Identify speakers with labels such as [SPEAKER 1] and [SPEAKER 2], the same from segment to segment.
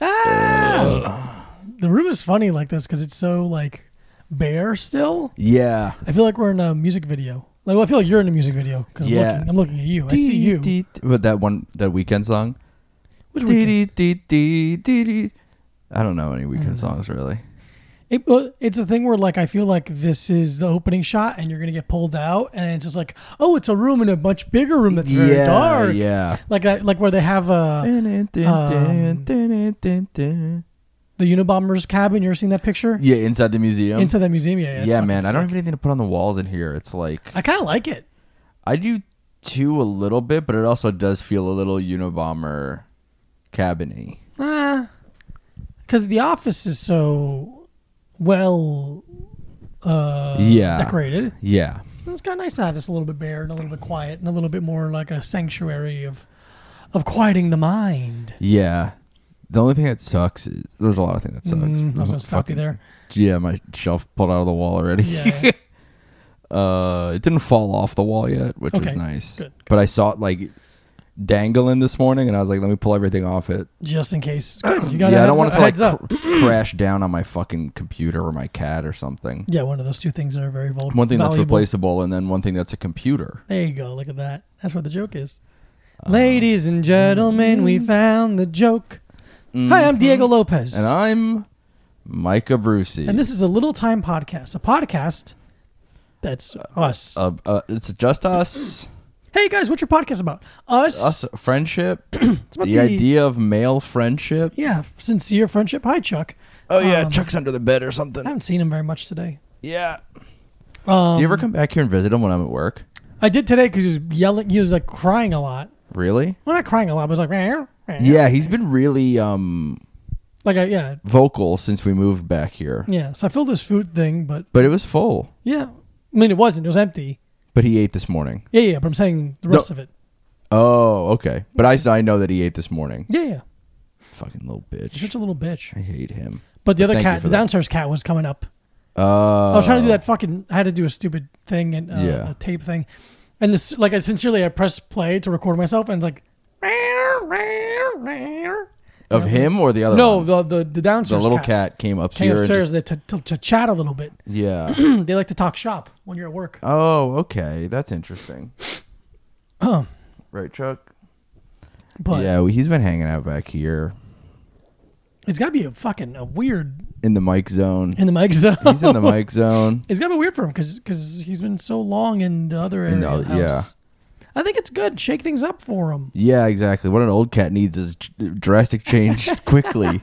[SPEAKER 1] Ah!
[SPEAKER 2] the room is funny like this because it's so like bare still.
[SPEAKER 1] Yeah.
[SPEAKER 2] I feel like we're in a music video. Like, well, I feel like you're in a music video because
[SPEAKER 1] Yeah.
[SPEAKER 2] I'm, looking, I'm looking at you. I see you.
[SPEAKER 1] Dee, dee, With that one, that weekend song.
[SPEAKER 2] Which
[SPEAKER 1] Dee,
[SPEAKER 2] weekend? Mm.
[SPEAKER 1] dee, dee, dee, dee, dee. I don't know any weekend songs really.
[SPEAKER 2] It, well, it's a thing where like I feel like this is the opening shot, and you're gonna get pulled out, and it's just like, oh, it's a room in a much bigger room that's very
[SPEAKER 1] yeah,
[SPEAKER 2] dark.
[SPEAKER 1] yeah.
[SPEAKER 2] Like that, like where they have uh, um,
[SPEAKER 1] Yeah,
[SPEAKER 2] the Unabomber's cabin. You ever seen that picture
[SPEAKER 1] inside the museum.
[SPEAKER 2] inside that museum? Yeah, yeah, it's
[SPEAKER 1] yeah,
[SPEAKER 2] fucking
[SPEAKER 1] man. I don't
[SPEAKER 2] sick.
[SPEAKER 1] have anything to put on the walls in here. It's like
[SPEAKER 2] I kind of like it.
[SPEAKER 1] I do too a little bit, but it also does feel a little Unabomber cabiny.
[SPEAKER 2] Because Eh. the office is so well uh,
[SPEAKER 1] Yeah.
[SPEAKER 2] decorated.
[SPEAKER 1] Yeah.
[SPEAKER 2] And It's got nice to have this a little bit bare and a little bit quiet and a little bit more like a sanctuary of of quieting the mind.
[SPEAKER 1] Yeah. The only thing that sucks is there's a lot of things that
[SPEAKER 2] Mm,
[SPEAKER 1] sucks.
[SPEAKER 2] I was
[SPEAKER 1] There's
[SPEAKER 2] gonna
[SPEAKER 1] a
[SPEAKER 2] stop you
[SPEAKER 1] fucking-
[SPEAKER 2] there.
[SPEAKER 1] Yeah, my shelf pulled out of the wall already.
[SPEAKER 2] Yeah.
[SPEAKER 1] Uh, it didn't fall off the wall yet, which
[SPEAKER 2] Okay,
[SPEAKER 1] was nice.
[SPEAKER 2] good, good.
[SPEAKER 1] But I saw it like dangling this morning, and I was like, "Let me pull everything off it."
[SPEAKER 2] just in case. You got
[SPEAKER 1] yeah,
[SPEAKER 2] a
[SPEAKER 1] I don't
[SPEAKER 2] heads up-
[SPEAKER 1] want it to like
[SPEAKER 2] heads up.
[SPEAKER 1] cr- crash down on my fucking computer or my cat or something.
[SPEAKER 2] Yeah, one of those two things that are very vulnerable.
[SPEAKER 1] One thing that's replaceable, and then one thing that's a computer.
[SPEAKER 2] There you go. Look at that. That's where the joke is.
[SPEAKER 1] Uh,
[SPEAKER 2] Ladies and gentlemen, we found the joke. Hi, I'm Diego Lopez.
[SPEAKER 1] mm-hmm. And I'm Micah Brucey.
[SPEAKER 2] And this is a little time podcast, a podcast that's us.
[SPEAKER 1] uh, uh, it's just us,
[SPEAKER 2] hey guys, what's your podcast about? Us.
[SPEAKER 1] us friendship,
[SPEAKER 2] It's
[SPEAKER 1] the,
[SPEAKER 2] about
[SPEAKER 1] idea of male friendship.
[SPEAKER 2] Yeah, sincere friendship. Hi, Chuck.
[SPEAKER 1] Oh yeah,
[SPEAKER 2] Um,
[SPEAKER 1] Chuck's under the bed or
[SPEAKER 2] I
[SPEAKER 1] something.
[SPEAKER 2] haven't seen him very much today.
[SPEAKER 1] Yeah.
[SPEAKER 2] Um,
[SPEAKER 1] Do you ever come back here and visit him when I'm at work?
[SPEAKER 2] I did today because he was yelling. He was like crying a lot.
[SPEAKER 1] Really?
[SPEAKER 2] Well, not crying a lot, but was like, "Meow, meow."
[SPEAKER 1] Yeah, he's been really um
[SPEAKER 2] like I, yeah,
[SPEAKER 1] vocal since we moved back here.
[SPEAKER 2] yeah. So I filled this food thing, but
[SPEAKER 1] But it was full.
[SPEAKER 2] yeah, I mean it wasn't. It was empty.
[SPEAKER 1] But he ate this morning.
[SPEAKER 2] Yeah, yeah. But I'm saying the rest of it.
[SPEAKER 1] Oh, okay. But I, I know that he ate this morning.
[SPEAKER 2] Yeah, yeah.
[SPEAKER 1] Fucking little
[SPEAKER 2] He's
[SPEAKER 1] bitch.
[SPEAKER 2] such a little bitch.
[SPEAKER 1] I hate him.
[SPEAKER 2] But the other
[SPEAKER 1] thank you
[SPEAKER 2] cat,
[SPEAKER 1] for
[SPEAKER 2] the
[SPEAKER 1] that.
[SPEAKER 2] downstairs cat, was coming up.
[SPEAKER 1] Uh,
[SPEAKER 2] I was trying to do that fucking. I had to do a stupid thing and uh,
[SPEAKER 1] Yeah.
[SPEAKER 2] a tape thing, and this like I sincerely I pressed play to record myself and like. "Meow, meow, meow."
[SPEAKER 1] Of him or the other
[SPEAKER 2] No,
[SPEAKER 1] one?
[SPEAKER 2] the the the
[SPEAKER 1] the
[SPEAKER 2] downstairs
[SPEAKER 1] little
[SPEAKER 2] cat.
[SPEAKER 1] cat, came
[SPEAKER 2] came
[SPEAKER 1] upstairs.
[SPEAKER 2] upstairs to, to, to chat a little bit.
[SPEAKER 1] yeah.
[SPEAKER 2] they like to talk shop when you're at work.
[SPEAKER 1] oh, okay. That's interesting. right, Chuck?
[SPEAKER 2] But
[SPEAKER 1] yeah, well, he's been hanging out back here
[SPEAKER 2] it's got to be a fucking a weird
[SPEAKER 1] in the mic zone.
[SPEAKER 2] in the mic zone.
[SPEAKER 1] He's in the mic zone.
[SPEAKER 2] it's got to be weird for him because he's been so long in the other area.
[SPEAKER 1] In the
[SPEAKER 2] of the
[SPEAKER 1] other-
[SPEAKER 2] house. I think it's good. Shake things up for him.
[SPEAKER 1] Yeah, exactly. What an old cat needs is ch- drastic change quickly.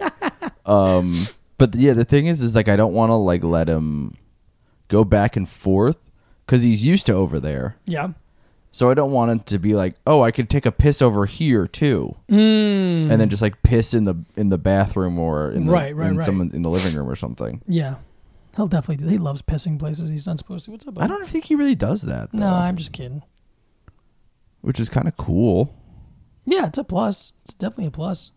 [SPEAKER 1] um, but yeah, the thing is, is like I don't want to like let him go back and forth because he's used to over there.
[SPEAKER 2] Yeah.
[SPEAKER 1] So I don't want him to be like, oh, I could take a piss over here too,
[SPEAKER 2] Mm,
[SPEAKER 1] and then just like piss in the in the bathroom or in the,
[SPEAKER 2] Right, right,
[SPEAKER 1] in
[SPEAKER 2] right.
[SPEAKER 1] someone in the living room or something.
[SPEAKER 2] yeah. He'll definitely do. He loves pissing places he's not supposed to. What's up?
[SPEAKER 1] I don't think he really does that.
[SPEAKER 2] No,
[SPEAKER 1] though,
[SPEAKER 2] I'm just kidding.
[SPEAKER 1] which is kind of cool.
[SPEAKER 2] Yeah, it's a plus. It's definitely a plus.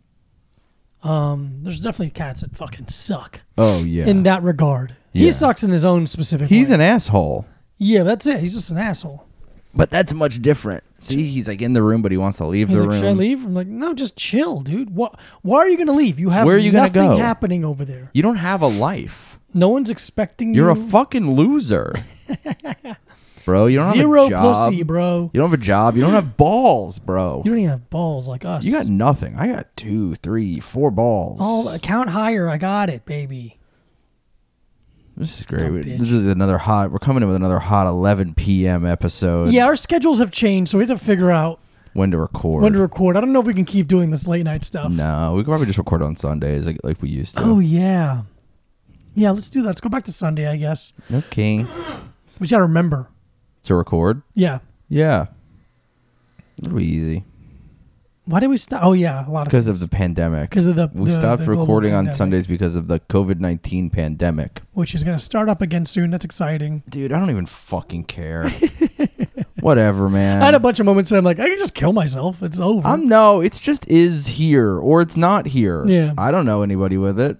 [SPEAKER 2] Um, there's definitely cats that fucking suck
[SPEAKER 1] Oh yeah,
[SPEAKER 2] in that regard. He
[SPEAKER 1] Yeah.
[SPEAKER 2] sucks in his own specific.
[SPEAKER 1] he's
[SPEAKER 2] way.
[SPEAKER 1] an asshole.
[SPEAKER 2] Yeah, that's it. He's just an asshole.
[SPEAKER 1] But that's much different. See, he's like in the room, but he wants to leave
[SPEAKER 2] He's
[SPEAKER 1] the
[SPEAKER 2] like,
[SPEAKER 1] room.
[SPEAKER 2] should I leave? I'm like, no, just chill, dude. What? Why are you gonna leave? You have
[SPEAKER 1] Where are you gonna
[SPEAKER 2] nothing
[SPEAKER 1] go?
[SPEAKER 2] happening over there.
[SPEAKER 1] You don't have a life.
[SPEAKER 2] No one's expecting
[SPEAKER 1] You're a
[SPEAKER 2] you.
[SPEAKER 1] fucking loser. bro, you don't
[SPEAKER 2] zero
[SPEAKER 1] have a job.
[SPEAKER 2] pussy, bro.
[SPEAKER 1] You don't have a job. You don't have balls, bro.
[SPEAKER 2] You don't even have balls like us.
[SPEAKER 1] You got nothing. I got two, three, four balls.
[SPEAKER 2] all count higher. I got it, baby.
[SPEAKER 1] this is great.
[SPEAKER 2] Dumb
[SPEAKER 1] We-
[SPEAKER 2] bitch.
[SPEAKER 1] This is another hot. We're coming in with another hot 11 p.m. episode.
[SPEAKER 2] Yeah, our schedules have changed, so we have to figure out
[SPEAKER 1] When to record?
[SPEAKER 2] when to record. I don't know if we can keep doing this late night stuff.
[SPEAKER 1] no, we could probably just record on Sundays like, like we used to.
[SPEAKER 2] Oh yeah, yeah. Let's do that. Let's go back to Sunday, I guess.
[SPEAKER 1] Okay.
[SPEAKER 2] We gotta remember.
[SPEAKER 1] To record?
[SPEAKER 2] Yeah.
[SPEAKER 1] Yeah. It'll be easy
[SPEAKER 2] Why did we stop? Oh yeah, a lot of
[SPEAKER 1] because of the pandemic.
[SPEAKER 2] because of the
[SPEAKER 1] We
[SPEAKER 2] the-
[SPEAKER 1] stopped
[SPEAKER 2] the global
[SPEAKER 1] recording on
[SPEAKER 2] pandemic.
[SPEAKER 1] Sundays because of the COVID 19 pandemic.
[SPEAKER 2] which is going to start up again soon. That's exciting.
[SPEAKER 1] Dude, I don't even fucking care. Whatever, man.
[SPEAKER 2] I had a bunch of moments that I'm like, I can just kill myself. It's over.
[SPEAKER 1] I'm no, it's just is here or it's not here.
[SPEAKER 2] Yeah.
[SPEAKER 1] I don't know anybody with it.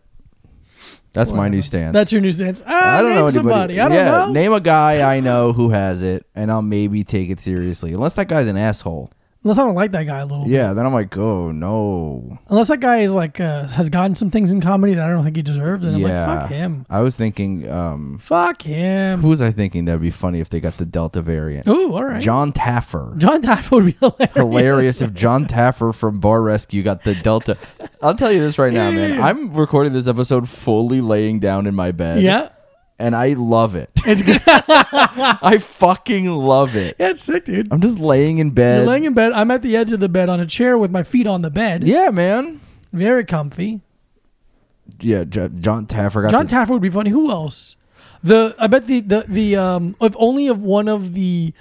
[SPEAKER 1] That's my new
[SPEAKER 2] Whatever.
[SPEAKER 1] stance.
[SPEAKER 2] That's your new stance. Ah,
[SPEAKER 1] I don't
[SPEAKER 2] name
[SPEAKER 1] know anybody.
[SPEAKER 2] somebody. I don't
[SPEAKER 1] yeah,
[SPEAKER 2] know.
[SPEAKER 1] name a guy I know who has it and I'll maybe take it seriously. Unless that guy's an asshole.
[SPEAKER 2] Unless I don't like that guy a little.
[SPEAKER 1] Yeah, then I'm like, oh no.
[SPEAKER 2] Unless that guy is like uh, has gotten some things in comedy that I don't think he deserved, then
[SPEAKER 1] yeah.
[SPEAKER 2] I'm like, fuck him,
[SPEAKER 1] I was thinking, um,
[SPEAKER 2] fuck him.
[SPEAKER 1] who was I thinking that would be funny if they got the Delta variant?
[SPEAKER 2] Ooh, all right. John,
[SPEAKER 1] John Taffer.
[SPEAKER 2] John Taffer would be hilarious.
[SPEAKER 1] Hilarious if John Taffer from Bar Rescue got the Delta. I'll tell you this right now, man. I'm recording this episode fully laying down in my bed.
[SPEAKER 2] Yeah,
[SPEAKER 1] And I love it.
[SPEAKER 2] it's good.
[SPEAKER 1] I fucking love it.
[SPEAKER 2] yeah, it's sick, dude.
[SPEAKER 1] I'm just laying in bed.
[SPEAKER 2] You're laying in bed. I'm at the edge of the bed on a chair with my feet on the bed.
[SPEAKER 1] yeah, man.
[SPEAKER 2] Very comfy.
[SPEAKER 1] Yeah, Jo- John Taffer got
[SPEAKER 2] John
[SPEAKER 1] the-
[SPEAKER 2] Taffer would be funny. Who else? The I bet the the the um if only of one of the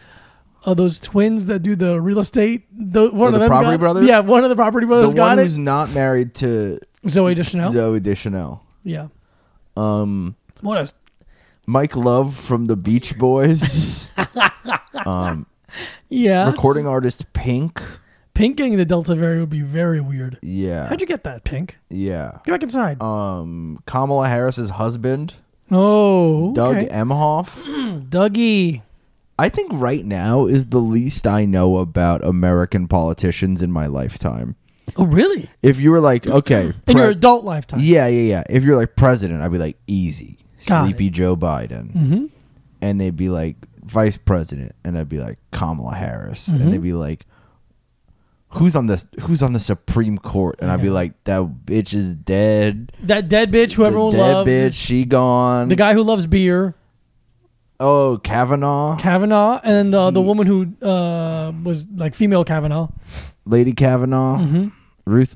[SPEAKER 2] uh, those twins that do the real estate the one
[SPEAKER 1] Oh,
[SPEAKER 2] of
[SPEAKER 1] the
[SPEAKER 2] them
[SPEAKER 1] Property
[SPEAKER 2] got-
[SPEAKER 1] Brothers?
[SPEAKER 2] yeah one of the property brothers
[SPEAKER 1] the
[SPEAKER 2] got
[SPEAKER 1] one
[SPEAKER 2] it
[SPEAKER 1] who's not married to
[SPEAKER 2] Zoe Deschanel
[SPEAKER 1] Zoe Deschanel.
[SPEAKER 2] yeah
[SPEAKER 1] Um,
[SPEAKER 2] what else
[SPEAKER 1] Mike Love from the Beach Boys,
[SPEAKER 2] yeah that's-
[SPEAKER 1] recording artist Pink.
[SPEAKER 2] Pink getting the Delta variant would be very weird
[SPEAKER 1] Yeah,
[SPEAKER 2] how'd you get that Pink
[SPEAKER 1] yeah.
[SPEAKER 2] get back inside
[SPEAKER 1] Um, Kamala Harris's husband,
[SPEAKER 2] oh
[SPEAKER 1] Doug
[SPEAKER 2] okay.
[SPEAKER 1] Emhoff.
[SPEAKER 2] Dougie
[SPEAKER 1] I think right now is the least I know about American politicians in my lifetime.
[SPEAKER 2] oh really
[SPEAKER 1] If you were like, okay,
[SPEAKER 2] in your
[SPEAKER 1] pre-
[SPEAKER 2] adult lifetime
[SPEAKER 1] Yeah, yeah, yeah. If you're like president, I'd be like easy,
[SPEAKER 2] Got
[SPEAKER 1] sleepy Joe Biden,
[SPEAKER 2] mm-hmm.
[SPEAKER 1] and they'd be like vice president, and I'd be like Kamala Harris,
[SPEAKER 2] Mm-hmm.
[SPEAKER 1] and they'd be like, who's on the who's on the Supreme Court, and I'd be
[SPEAKER 2] Yeah.
[SPEAKER 1] like that bitch is dead,
[SPEAKER 2] that dead bitch who
[SPEAKER 1] The
[SPEAKER 2] everyone
[SPEAKER 1] dead
[SPEAKER 2] loves
[SPEAKER 1] bitch, she gone.
[SPEAKER 2] the guy who loves beer
[SPEAKER 1] oh Kavanaugh,
[SPEAKER 2] Kavanaugh and uh, the woman who uh, was like female Kavanaugh.
[SPEAKER 1] Lady Kavanaugh,
[SPEAKER 2] Mm-hmm.
[SPEAKER 1] Ruth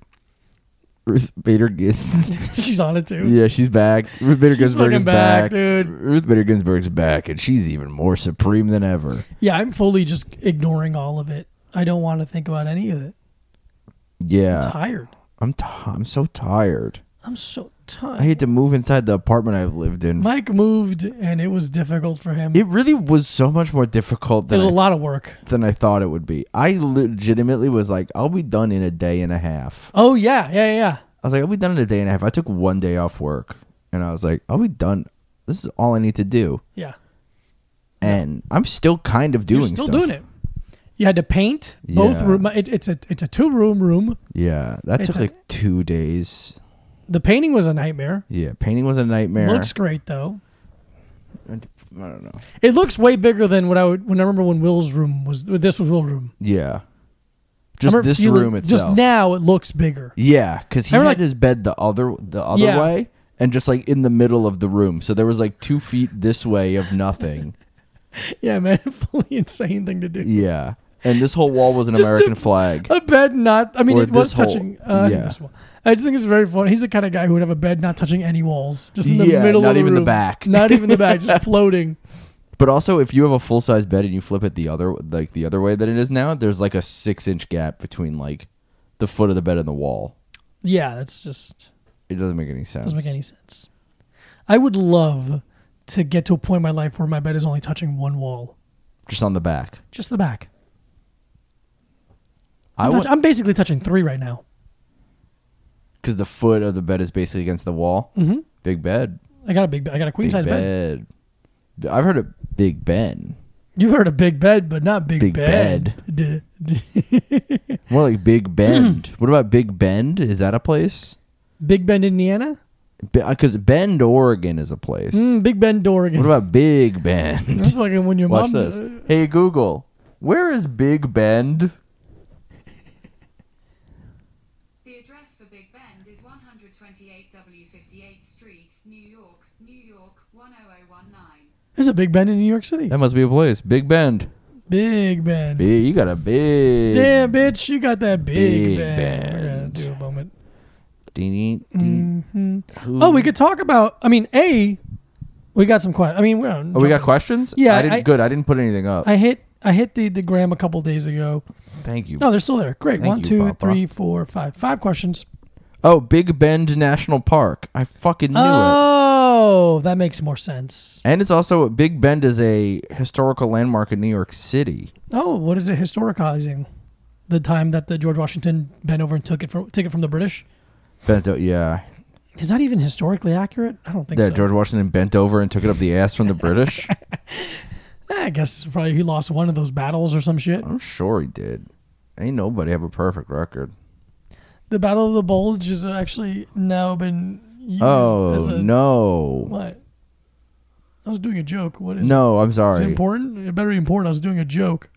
[SPEAKER 1] Ruth Bader Ginsburg.
[SPEAKER 2] She's on it too.
[SPEAKER 1] Yeah, she's back. Ruth Bader
[SPEAKER 2] She's
[SPEAKER 1] Ginsburg is
[SPEAKER 2] fucking back,
[SPEAKER 1] back,
[SPEAKER 2] dude.
[SPEAKER 1] Ruth Bader Ginsburg's back, and she's even more supreme than ever.
[SPEAKER 2] Yeah, I'm fully just ignoring all of it. I don't want to think about any of it.
[SPEAKER 1] Yeah,
[SPEAKER 2] I'm tired.
[SPEAKER 1] I'm t- I'm so tired.
[SPEAKER 2] I'm so
[SPEAKER 1] I
[SPEAKER 2] tired.
[SPEAKER 1] hate to move inside the apartment I've lived in.
[SPEAKER 2] Mike moved and it was difficult for him.
[SPEAKER 1] it really was so much more difficult than
[SPEAKER 2] There's
[SPEAKER 1] I,
[SPEAKER 2] a lot of work.
[SPEAKER 1] than I thought it would be. I legitimately was like, I'll be done in a day and a half.
[SPEAKER 2] Oh yeah, yeah, yeah.
[SPEAKER 1] I was like, I'll be done in a day and a half. I took one day off work, and I was like, I'll be done. This is all I need to do,
[SPEAKER 2] Yeah.
[SPEAKER 1] and I'm still kind of doing.
[SPEAKER 2] You're still
[SPEAKER 1] stuff.
[SPEAKER 2] doing it. You had to paint both
[SPEAKER 1] Yeah.
[SPEAKER 2] room. It, it's a it's a two room room.
[SPEAKER 1] Yeah, that
[SPEAKER 2] It's
[SPEAKER 1] took
[SPEAKER 2] a-
[SPEAKER 1] like two days.
[SPEAKER 2] The painting was a nightmare.
[SPEAKER 1] Yeah, painting was a nightmare.
[SPEAKER 2] Looks great though.
[SPEAKER 1] I don't know.
[SPEAKER 2] It looks way bigger than what I would when I remember when Will's room was. This was Will's room. I
[SPEAKER 1] Yeah, just
[SPEAKER 2] remember
[SPEAKER 1] this
[SPEAKER 2] feeling-
[SPEAKER 1] room itself.
[SPEAKER 2] Just now, it looks bigger.
[SPEAKER 1] Yeah, because he
[SPEAKER 2] I
[SPEAKER 1] had
[SPEAKER 2] remember, like-
[SPEAKER 1] his bed the other the other
[SPEAKER 2] Yeah.
[SPEAKER 1] way, and just like in the middle of the room, so there was like two feet this way of nothing.
[SPEAKER 2] Yeah, man, fully insane thing to do.
[SPEAKER 1] yeah, and this whole wall was an
[SPEAKER 2] Just to-
[SPEAKER 1] American flag.
[SPEAKER 2] A bed not. I mean,
[SPEAKER 1] Or
[SPEAKER 2] it was
[SPEAKER 1] this whole-
[SPEAKER 2] touching. Uh,
[SPEAKER 1] yeah.
[SPEAKER 2] this wall. I just think it's very funny. He's the kind of guy who would have a bed not touching any walls, just in the
[SPEAKER 1] Yeah,
[SPEAKER 2] middle
[SPEAKER 1] not
[SPEAKER 2] of the
[SPEAKER 1] even the
[SPEAKER 2] room.
[SPEAKER 1] back.
[SPEAKER 2] not even the back, just floating.
[SPEAKER 1] But also, if you have a full size bed and you flip it the other like the other way that it is now, there's like a six inch gap between like the foot of the bed and the wall.
[SPEAKER 2] Yeah, that's just
[SPEAKER 1] It doesn't make any sense.
[SPEAKER 2] doesn't make any sense. I would love to get to a point in my life where my bed is only touching one wall,
[SPEAKER 1] Just on the back.
[SPEAKER 2] just the back.
[SPEAKER 1] I
[SPEAKER 2] I'm, touch-
[SPEAKER 1] want
[SPEAKER 2] I'm basically touching three right now.
[SPEAKER 1] because the foot of the bed is basically against the wall.
[SPEAKER 2] hmm
[SPEAKER 1] Big bed.
[SPEAKER 2] I got a big. bed. I got a queen
[SPEAKER 1] Big
[SPEAKER 2] size
[SPEAKER 1] bed.
[SPEAKER 2] bed.
[SPEAKER 1] I've heard of Big Ben.
[SPEAKER 2] You've heard of big bed, but not big,
[SPEAKER 1] Big
[SPEAKER 2] bed. D- d-
[SPEAKER 1] More like Big Bend. what about Big Bend? Is that a place?
[SPEAKER 2] big Bend, Indiana.
[SPEAKER 1] Because Bend, Oregon is a place.
[SPEAKER 2] Mm, big Bend, Oregon.
[SPEAKER 1] What about Big
[SPEAKER 2] That's
[SPEAKER 1] Bend?
[SPEAKER 2] fucking when your
[SPEAKER 1] Watch
[SPEAKER 2] mom. uh,
[SPEAKER 1] this. Hey Google, where is Big Bend?
[SPEAKER 3] The address for Big Bend is 128 W58th Street, New York, New York 10019.
[SPEAKER 2] There's a Big Bend in New York City.
[SPEAKER 1] That must be a place. Big Bend.
[SPEAKER 2] Big Bend.
[SPEAKER 1] Big, you got a big.
[SPEAKER 2] Damn, bitch, you got that Big,
[SPEAKER 1] Big
[SPEAKER 2] Bend. We're gonna
[SPEAKER 1] Bend.
[SPEAKER 2] do a moment.
[SPEAKER 1] Dee, dee, dee. Who-
[SPEAKER 2] Oh, we could talk about. I mean, a. We got some questions. I mean, we,
[SPEAKER 1] Oh, we got questions.
[SPEAKER 2] Yeah,
[SPEAKER 1] I didn't.
[SPEAKER 2] I-
[SPEAKER 1] good. I didn't put anything up.
[SPEAKER 2] I hit. I hit the the gram a couple days ago.
[SPEAKER 1] Thank you.
[SPEAKER 2] No, they're still there. Great.
[SPEAKER 1] Thank
[SPEAKER 2] One,
[SPEAKER 1] you,
[SPEAKER 2] two,
[SPEAKER 1] Papa.
[SPEAKER 2] three, four, five. Five questions.
[SPEAKER 1] Oh, Big Bend National Park. I fucking knew it.
[SPEAKER 2] Oh, that makes more sense.
[SPEAKER 1] And it's also Big Bend is a historical landmark in New York City.
[SPEAKER 2] Oh, what is it historicizing? The time that the George Washington bent over and took it from took it from the British.
[SPEAKER 1] Bent, o- yeah,
[SPEAKER 2] Is that even historically accurate? I don't think
[SPEAKER 1] Yeah,
[SPEAKER 2] so.
[SPEAKER 1] George Washington bent over and took it up the ass from the British.
[SPEAKER 2] Eh, I guess probably he lost one of those battles or some shit.
[SPEAKER 1] I'm sure he did. Ain't nobody have a perfect record.
[SPEAKER 2] The Battle of the Bulge has actually now been used as
[SPEAKER 1] oh
[SPEAKER 2] a
[SPEAKER 1] no,
[SPEAKER 2] What? I was doing a joke. What is
[SPEAKER 1] no, I'm
[SPEAKER 2] it? Is it
[SPEAKER 1] sorry.
[SPEAKER 2] important? It better be important. I was doing a joke.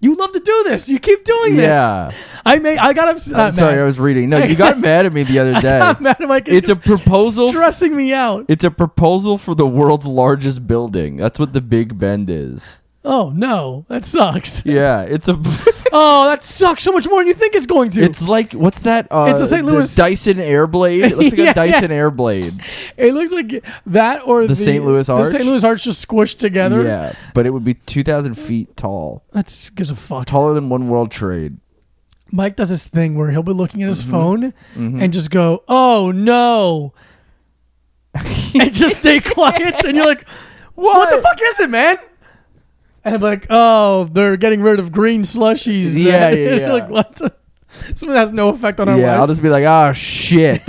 [SPEAKER 2] you love to do this. You keep doing this.
[SPEAKER 1] Yeah,
[SPEAKER 2] I may. I got uh, upset.
[SPEAKER 1] I'm sorry. I was reading. No, you got mad at me the other day.
[SPEAKER 2] I'm mad at my
[SPEAKER 1] It's a proposal.
[SPEAKER 2] stressing me out.
[SPEAKER 1] It's a proposal for the world's largest building. That's what the Big Bend is.
[SPEAKER 2] Oh no, that sucks.
[SPEAKER 1] Yeah, it's a.
[SPEAKER 2] Oh, that sucks so much more than you think it's going to.
[SPEAKER 1] It's like what's that? Uh,
[SPEAKER 2] It's a St.
[SPEAKER 1] the
[SPEAKER 2] Louis-
[SPEAKER 1] Dyson Airblade. It looks like
[SPEAKER 2] Yeah, yeah.
[SPEAKER 1] a Dyson Airblade.
[SPEAKER 2] it looks like that or the,
[SPEAKER 1] The St. Louis
[SPEAKER 2] The
[SPEAKER 1] Arch?
[SPEAKER 2] St. Louis Arch just squished together.
[SPEAKER 1] Yeah, but it would be two thousand feet tall,
[SPEAKER 2] That gives a fuck.
[SPEAKER 1] taller than One World Trade.
[SPEAKER 2] Mike does this thing where he'll be looking at his
[SPEAKER 1] Mm-hmm.
[SPEAKER 2] phone and just go, "Oh no," and just stay quiet. And you're like, "What, the fuck is it, man?" And I'm like, "Oh, they're getting rid of green slushies."
[SPEAKER 1] Yeah, yeah,
[SPEAKER 2] You're
[SPEAKER 1] yeah.
[SPEAKER 2] like what? Something that has no effect on our
[SPEAKER 1] yeah, I'll
[SPEAKER 2] life.
[SPEAKER 1] just be like, oh shit.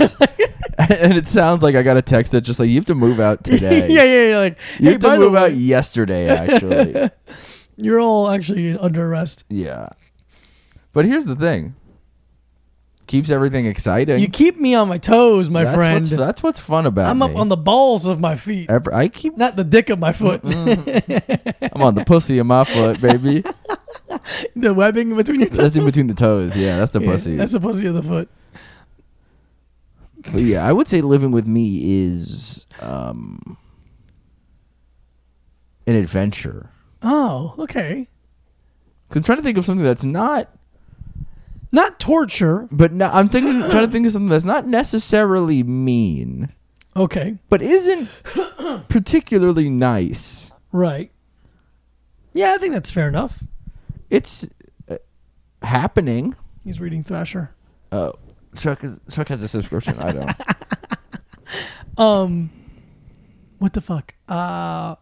[SPEAKER 1] and it sounds like I got a text that just like you have to move out today.
[SPEAKER 2] yeah, yeah, yeah. Like,
[SPEAKER 1] You
[SPEAKER 2] hey,
[SPEAKER 1] have
[SPEAKER 2] by
[SPEAKER 1] to
[SPEAKER 2] the
[SPEAKER 1] move
[SPEAKER 2] way,
[SPEAKER 1] out yesterday, actually.
[SPEAKER 2] you're all actually under arrest.
[SPEAKER 1] yeah. But here's the thing. Keeps everything exciting.
[SPEAKER 2] You keep me on my toes, my
[SPEAKER 1] that's
[SPEAKER 2] friend.
[SPEAKER 1] What's, that's what's fun about
[SPEAKER 2] I'm up
[SPEAKER 1] me.
[SPEAKER 2] on the balls of my feet,
[SPEAKER 1] Every- I keep
[SPEAKER 2] not the dick of my foot.
[SPEAKER 1] I'm on the pussy of my foot, baby.
[SPEAKER 2] the webbing between your toes.
[SPEAKER 1] That's in between the toes. Yeah, that's the
[SPEAKER 2] Yeah,
[SPEAKER 1] pussy.
[SPEAKER 2] That's the pussy of the foot.
[SPEAKER 1] But yeah, I would say living with me is um an adventure.
[SPEAKER 2] Oh, okay.
[SPEAKER 1] 'Cause I'm trying to think of something that's not
[SPEAKER 2] Not torture.
[SPEAKER 1] But no, I'm thinking, trying to think of something that's not necessarily mean,
[SPEAKER 2] Okay,
[SPEAKER 1] but isn't particularly nice.
[SPEAKER 2] right. Yeah, I think that's fair enough.
[SPEAKER 1] It's uh, happening.
[SPEAKER 2] He's reading Thrasher.
[SPEAKER 1] Oh, Chuck is Chuck has a subscription. I don't.
[SPEAKER 2] Um, what the fuck? Uh,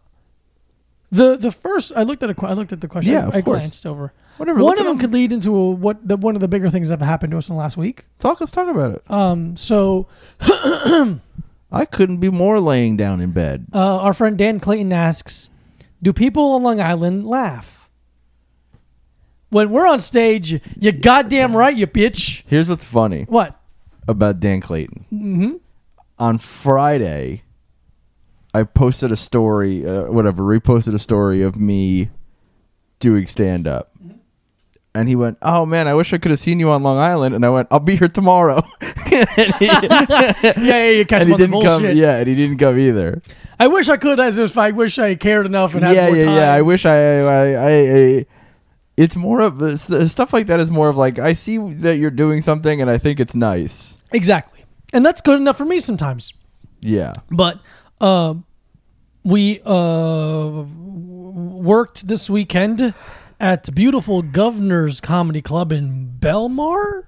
[SPEAKER 2] the the first I looked at a que- I looked at the question.
[SPEAKER 1] Yeah, of
[SPEAKER 2] I, I
[SPEAKER 1] course.
[SPEAKER 2] glanced over.
[SPEAKER 1] Whatever.
[SPEAKER 2] one
[SPEAKER 1] look
[SPEAKER 2] of
[SPEAKER 1] it
[SPEAKER 2] them
[SPEAKER 1] up.
[SPEAKER 2] could lead into a, what the, one of the bigger things that happened to us in the last week.
[SPEAKER 1] talk. Let's talk about it.
[SPEAKER 2] Um, so
[SPEAKER 1] I couldn't be more laying down in bed.
[SPEAKER 2] uh, our friend Dan Clayton asks, "Do people on Long Island laugh?" When we're on stage, you goddamn right, you bitch.
[SPEAKER 1] Here's what's funny
[SPEAKER 2] What?
[SPEAKER 1] about Dan Clayton. Mm-hmm. On Friday, I posted a story, uh, whatever, reposted a story of me doing stand up.
[SPEAKER 2] Mm-hmm.
[SPEAKER 1] And he went, Oh man, I wish I could have seen you on Long Island. And I went, I'll be here tomorrow. and he,
[SPEAKER 2] Yeah, yeah, you catch him
[SPEAKER 1] and he
[SPEAKER 2] on the
[SPEAKER 1] didn't
[SPEAKER 2] bullshit.
[SPEAKER 1] come. Yeah, and he didn't come either.
[SPEAKER 2] I wish I could. As if I wish I cared enough and had
[SPEAKER 1] yeah,
[SPEAKER 2] more
[SPEAKER 1] yeah,
[SPEAKER 2] time.
[SPEAKER 1] yeah. I wish I, I, I, I. It's more of it's- stuff like that is more of like, I see that you're doing something and I think it's nice.
[SPEAKER 2] exactly, and that's good enough for me sometimes.
[SPEAKER 1] Yeah.
[SPEAKER 2] But um, we uh, w- worked this weekend at beautiful Governor's Comedy Club in Belmar,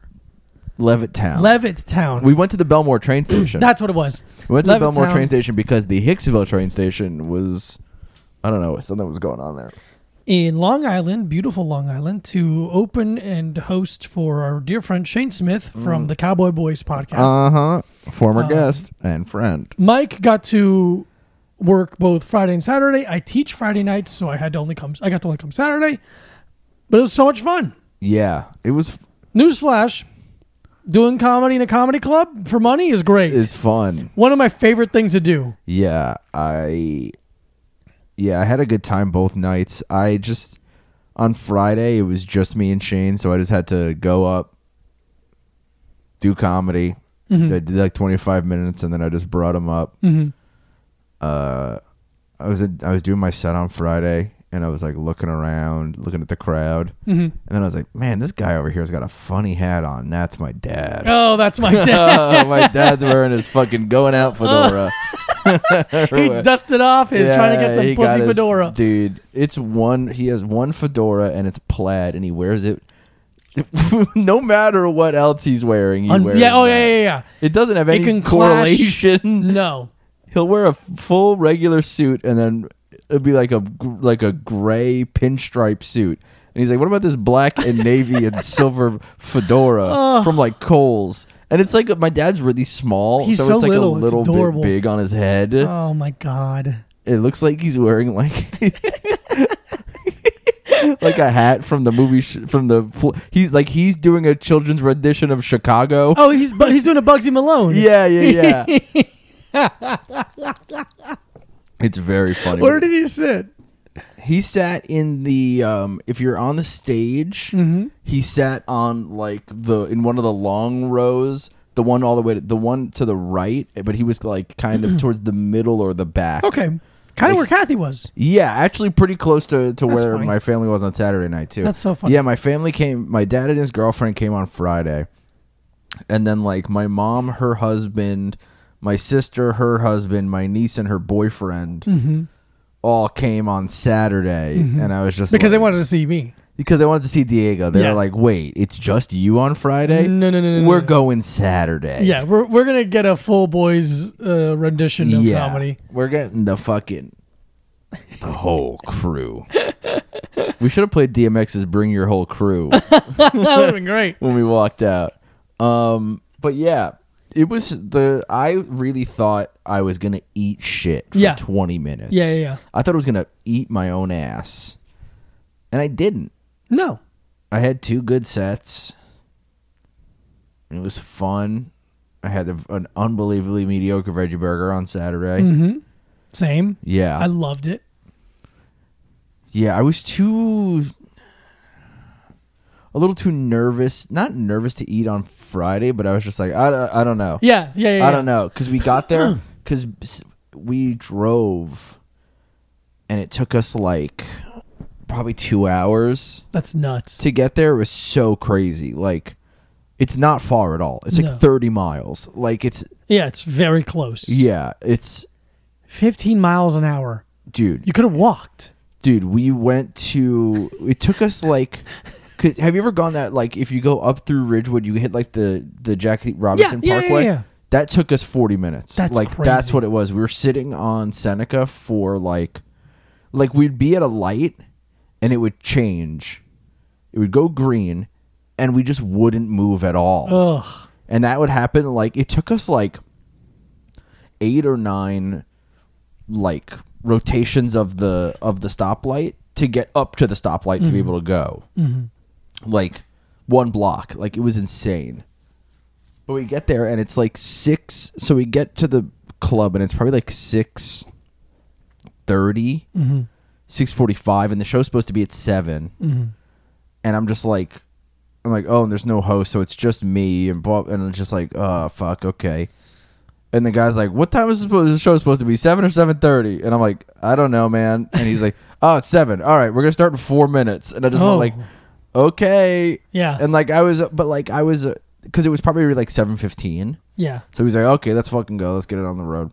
[SPEAKER 1] Levittown.
[SPEAKER 2] Levittown.
[SPEAKER 1] We went to the Belmore train station.
[SPEAKER 2] that's what it was.
[SPEAKER 1] we went to the
[SPEAKER 2] Levittown.
[SPEAKER 1] Belmore train station because the Hicksville train station was, I don't know, something was going on there.
[SPEAKER 2] in Long Island, beautiful Long Island, to open and host for our dear friend Shane Smith from the Cowboy Boys podcast.
[SPEAKER 1] Mm. Uh huh. Former guest and friend.
[SPEAKER 2] Mike got to work both Friday and Saturday. I teach Friday nights, so I had to only come. I got to only come Saturday, but it was so much fun.
[SPEAKER 1] Yeah, it was
[SPEAKER 2] Newsflash: doing comedy in a comedy club for money is great.
[SPEAKER 1] is fun.
[SPEAKER 2] One of my favorite things to do.
[SPEAKER 1] Yeah, I. Yeah, I had a good time both nights. I just on Friday it was just me and Shane, so I just had to go up, do comedy. I did like twenty five minutes, and then I just brought him up.
[SPEAKER 2] Mhm.
[SPEAKER 1] uh, I was in, I was doing my set on Friday, and I was like looking around, looking at the crowd, and then I was like, "Man, this guy over here's got a funny hat on. That's my dad.
[SPEAKER 2] Oh, that's my dad.
[SPEAKER 1] Oh, my dad's wearing his fucking going out fedora.
[SPEAKER 2] he dusted off. He's trying to get some
[SPEAKER 1] he
[SPEAKER 2] pussy
[SPEAKER 1] got his-
[SPEAKER 2] fedora.
[SPEAKER 1] dude. It's one. He has one fedora, and it's plaid, and he wears it. no matter what else he's wearing, he
[SPEAKER 2] Un-
[SPEAKER 1] wears
[SPEAKER 2] yeah. Oh,
[SPEAKER 1] that.
[SPEAKER 2] yeah, yeah, yeah.
[SPEAKER 1] It doesn't have
[SPEAKER 2] It
[SPEAKER 1] any
[SPEAKER 2] can clash.
[SPEAKER 1] correlation.
[SPEAKER 2] No.
[SPEAKER 1] He'll wear a full regular suit and then it'll be like a like a gray pinstripe suit. And he's like, "What about this black and navy and silver fedora from like Coles?" And it's like my dad's really small,
[SPEAKER 2] He's
[SPEAKER 1] so,
[SPEAKER 2] so
[SPEAKER 1] it's like
[SPEAKER 2] little,
[SPEAKER 1] a
[SPEAKER 2] it's
[SPEAKER 1] little
[SPEAKER 2] adorable. Uh.
[SPEAKER 1] bit big on his head.
[SPEAKER 2] Oh my god.
[SPEAKER 1] It looks like he's wearing like like a hat from the movie sh- from the fl- he's like he's doing a children's rendition of Chicago.
[SPEAKER 2] Oh, he's bu- he's doing a Bugsy Malone.
[SPEAKER 1] Yeah, yeah, yeah. it's very funny.
[SPEAKER 2] Where did he sit?
[SPEAKER 1] he sat in the um if you're on the stage,
[SPEAKER 2] Mm-hmm.
[SPEAKER 1] he sat on like the in one of the long rows, the one all the way to the one to the right, but he was like kind of towards the middle or the back.
[SPEAKER 2] Okay, kind of where Kathy was.
[SPEAKER 1] Yeah, actually pretty close to, to where
[SPEAKER 2] funny.
[SPEAKER 1] my family was on Saturday night too.
[SPEAKER 2] That's so funny.
[SPEAKER 1] Yeah, my family came my dad and his girlfriend came on Friday. And then like my mom, her husband, my sister, her husband, my niece and her boyfriend
[SPEAKER 2] Mm-hmm.
[SPEAKER 1] all came on Saturday and I was just
[SPEAKER 2] Because they
[SPEAKER 1] like-
[SPEAKER 2] wanted to see me.
[SPEAKER 1] because they wanted to see Diego. They
[SPEAKER 2] Yeah.
[SPEAKER 1] were like, "Wait, it's just you on Friday?
[SPEAKER 2] No, no, no, no,
[SPEAKER 1] We're
[SPEAKER 2] no.
[SPEAKER 1] going Saturday."
[SPEAKER 2] Yeah, we're we're gonna get a full boys uh, rendition of
[SPEAKER 1] yeah.
[SPEAKER 2] comedy.
[SPEAKER 1] We're getting the fucking the whole crew. we should have played DMX's "Bring Your Whole Crew"
[SPEAKER 2] That would have been great.
[SPEAKER 1] when we walked out. Um, but yeah, it was the. I really thought I was gonna eat shit for
[SPEAKER 2] Yeah.
[SPEAKER 1] twenty minutes.
[SPEAKER 2] Yeah, yeah, yeah.
[SPEAKER 1] I thought I was gonna eat my own ass, and I didn't.
[SPEAKER 2] No,
[SPEAKER 1] I had two good sets. It was fun. I had a, an unbelievably mediocre veggie burger on Saturday.
[SPEAKER 2] same.
[SPEAKER 1] Yeah,
[SPEAKER 2] Mm-hmm. I loved it.
[SPEAKER 1] yeah. I was too a little too nervous. Not nervous to eat on Friday, but I was just like, I, don't- I don't know.
[SPEAKER 2] Yeah, yeah, yeah.
[SPEAKER 1] I don't
[SPEAKER 2] yeah.
[SPEAKER 1] know because we got there because we drove, and it took us like probably two hours.
[SPEAKER 2] That's nuts.
[SPEAKER 1] to get there was so crazy. Like, it's not far at all. It's like
[SPEAKER 2] No.
[SPEAKER 1] 30 miles. Like, it's,
[SPEAKER 2] Yeah, it's very close.
[SPEAKER 1] yeah, it's,
[SPEAKER 2] Fifteen miles an hour.
[SPEAKER 1] dude,
[SPEAKER 2] You could have walked.
[SPEAKER 1] dude, we went to, it took us like, 'cause- have you ever gone that, like, if you go up through Ridgewood, you hit like the, the Jackie Robinson
[SPEAKER 2] yeah, yeah,
[SPEAKER 1] Parkway?
[SPEAKER 2] yeah.
[SPEAKER 1] That took us 40 minutes.
[SPEAKER 2] That's
[SPEAKER 1] like, that's
[SPEAKER 2] crazy.
[SPEAKER 1] what it was. We were sitting on Seneca for like, like, we'd be at a light and it would change. It would go green and we just wouldn't move at all.
[SPEAKER 2] Ugh.
[SPEAKER 1] and that would happen like it took us like eight or nine like rotations of the of the stoplight to get up to the stoplight to be able to go like one block like it was insane but we get there and it's like six so we get to the club and it's probably like six 30 6.45 and the show's supposed to be at 7 and i'm just like i'm like oh and there's no host so it's just me and blah, and i'm just like oh fuck okay and the guy's like what time is supposed, the show supposed to be 7 or 7.30 and i'm like i don't know man and he's like oh it's 7 all right we're gonna start in four minutes and i just
[SPEAKER 2] Oh.
[SPEAKER 1] went like okay
[SPEAKER 2] Yeah.
[SPEAKER 1] and like i was but like i was because it was probably like 7.15
[SPEAKER 2] Yeah.
[SPEAKER 1] so he's like, okay, let's fucking go. Let's get it on the road.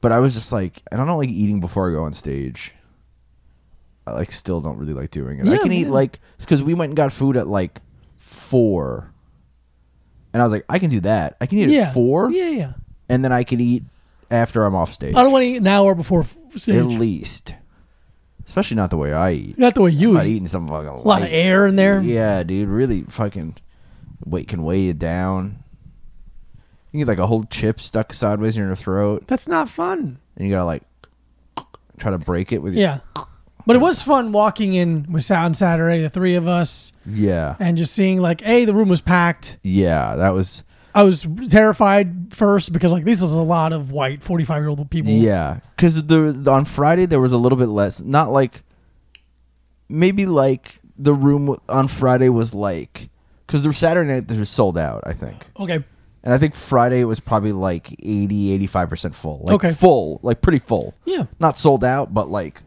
[SPEAKER 1] But I was just like, and I don't like eating before I go on stage. I like still don't really like doing it. I
[SPEAKER 2] Yeah,
[SPEAKER 1] can eat
[SPEAKER 2] man.
[SPEAKER 1] like because we went and got food at like four, and I was like, I can do that. I can eat
[SPEAKER 2] Yeah.
[SPEAKER 1] at four,
[SPEAKER 2] Yeah, yeah.
[SPEAKER 1] and then I can eat after I'm off stage.
[SPEAKER 2] I don't want to eat an hour before f-
[SPEAKER 1] at
[SPEAKER 2] stage.
[SPEAKER 1] least, especially not the way I eat.
[SPEAKER 2] Not the way you
[SPEAKER 1] I'm not
[SPEAKER 2] eat.
[SPEAKER 1] eating some fucking
[SPEAKER 2] A lot of air in there.
[SPEAKER 1] yeah, dude, really fucking weight can weigh you down. You get like a whole chip stuck sideways in your throat,
[SPEAKER 2] That's not fun.
[SPEAKER 1] and you gotta like try to break it with your
[SPEAKER 2] Yeah. But it was fun walking in with Sound Saturday, the three of us,
[SPEAKER 1] yeah,
[SPEAKER 2] and just seeing like, A, the room was packed.
[SPEAKER 1] yeah. That was
[SPEAKER 2] I was terrified first because like this was a lot of white forty five year old people.
[SPEAKER 1] yeah, because the on Friday there was a little bit less, not like maybe like the room w- on Friday was like because the Saturday night they were sold out, I think.
[SPEAKER 2] Okay.
[SPEAKER 1] And I think Friday it was probably like 80, 85% full. Like
[SPEAKER 2] Okay.
[SPEAKER 1] full, like pretty full.
[SPEAKER 2] Yeah.
[SPEAKER 1] Not sold out, but like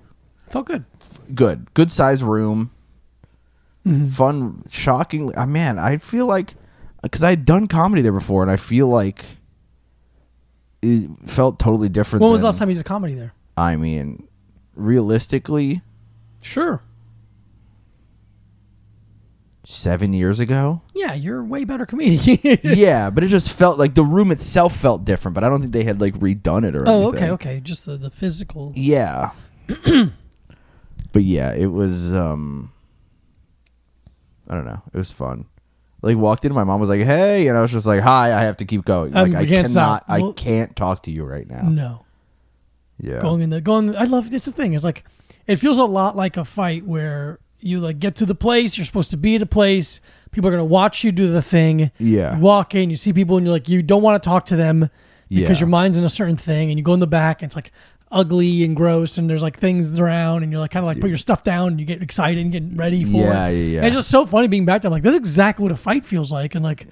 [SPEAKER 2] Felt good.
[SPEAKER 1] good, good size room,
[SPEAKER 2] Mm-hmm.
[SPEAKER 1] fun, shockingly. ah, man, I feel like because I had done comedy there before, and I feel like it felt totally different.
[SPEAKER 2] When was the
[SPEAKER 1] than-
[SPEAKER 2] last time you did a comedy there?
[SPEAKER 1] I mean, realistically,
[SPEAKER 2] Sure.
[SPEAKER 1] seven years ago.
[SPEAKER 2] Yeah, you're a way better comedian.
[SPEAKER 1] yeah, but it just felt like the room itself felt different. But I don't think they had like redone it or.
[SPEAKER 2] oh,
[SPEAKER 1] anything.
[SPEAKER 2] okay, okay. Just the, the physical.
[SPEAKER 1] Yeah. but yeah, it was um I don't know. It was fun. Like walked in, my mom was like, "Hey," and I was just like, "Hi, I have to keep going.
[SPEAKER 2] Um,
[SPEAKER 1] Like I
[SPEAKER 2] we can't
[SPEAKER 1] cannot,
[SPEAKER 2] stop.
[SPEAKER 1] I
[SPEAKER 2] Well-
[SPEAKER 1] can't talk to you right now."
[SPEAKER 2] No.
[SPEAKER 1] Yeah,
[SPEAKER 2] Going in the going I love this is the thing, it's like it feels a lot like a fight where you like get to the place you're supposed to be at a place people are going to watch you do the thing
[SPEAKER 1] Yeah.
[SPEAKER 2] you walk in you see people and you're like you don't want to talk to them because
[SPEAKER 1] Yeah.
[SPEAKER 2] your mind's in a certain thing and you go in the back and it's like ugly and gross and there's like things around and you're like kind of like put your stuff down and you get excited and getting ready for
[SPEAKER 1] Yeah,
[SPEAKER 2] it
[SPEAKER 1] yeah,
[SPEAKER 2] And it's
[SPEAKER 1] yeah.
[SPEAKER 2] just so funny being back there I'm like this is exactly what a fight feels like and like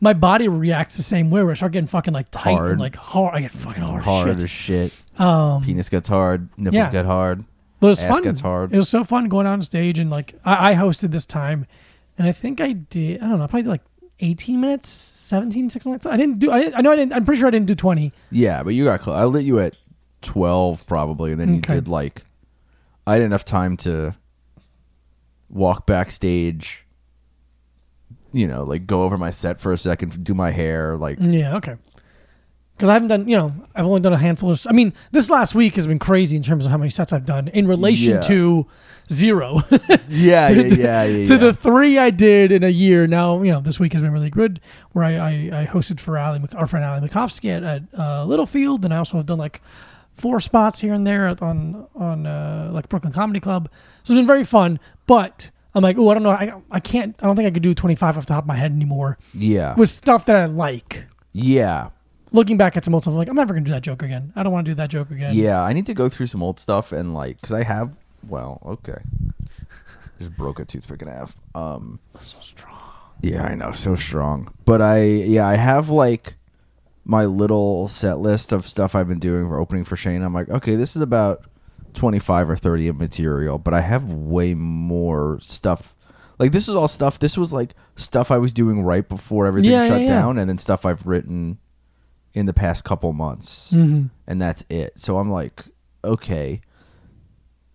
[SPEAKER 2] my body reacts the same way where I start getting fucking like tight
[SPEAKER 1] Hard.
[SPEAKER 2] and like hard I get fucking hard, as
[SPEAKER 1] hard
[SPEAKER 2] shit.
[SPEAKER 1] as shit. Um, Penis gets hard. Nipples
[SPEAKER 2] yeah.
[SPEAKER 1] get hard.
[SPEAKER 2] But it was
[SPEAKER 1] Ass
[SPEAKER 2] fun.
[SPEAKER 1] gets hard.
[SPEAKER 2] It was so fun going on stage and like I, I hosted this time, and I think I did. I don't know, probably did, like eighteen minutes, 17, 16 minutes. I didn't do. I, didn't, I know I didn't. I'm pretty sure I didn't do twenty.
[SPEAKER 1] Yeah, but you got close. I lit you at twelve probably, and then
[SPEAKER 2] Okay.
[SPEAKER 1] you did like I had enough time to walk backstage. You know, like go over my set for a second, do my hair, like
[SPEAKER 2] Yeah, okay. Because I haven't done. You know, I've only done a handful of. I mean, this last week has been crazy in terms of how many sets I've done in relation
[SPEAKER 1] Yeah.
[SPEAKER 2] to zero.
[SPEAKER 1] yeah, yeah,
[SPEAKER 2] to-
[SPEAKER 1] yeah, yeah,
[SPEAKER 2] to
[SPEAKER 1] yeah.
[SPEAKER 2] the three I did in a year. Now, you know, this week has been really good where I, I, I hosted for Ali, Mc- our friend Ali Makovsky at, at uh, Littlefield. And I also have done like four spots here and there at, on, on uh, like Brooklyn Comedy Club. So it's been very fun. But I'm like, oh, I don't know. I, I can't, I don't think I could do 25 off the top of my head anymore
[SPEAKER 1] yeah,
[SPEAKER 2] with stuff that I like.
[SPEAKER 1] yeah,
[SPEAKER 2] Looking back at some old stuff, I'm like, I'm never going to do that joke again. I don't want to do that joke again.
[SPEAKER 1] yeah. I need to go through some old stuff and like, cause I have. Well, okay, just broke a toothpick in half. Um,
[SPEAKER 2] So strong.
[SPEAKER 1] Yeah, I know, so strong. But I yeah, I have like my little set list of stuff I've been doing for opening for Shane. I'm like, okay, this is about 25 or 30 of material, but I have way more stuff. Like this is all stuff. This was like stuff I was doing right before everything
[SPEAKER 2] Yeah,
[SPEAKER 1] shut
[SPEAKER 2] yeah, yeah.
[SPEAKER 1] down and then stuff I've written in the past couple months.
[SPEAKER 2] Mm-hmm.
[SPEAKER 1] And that's it. So I'm like, okay,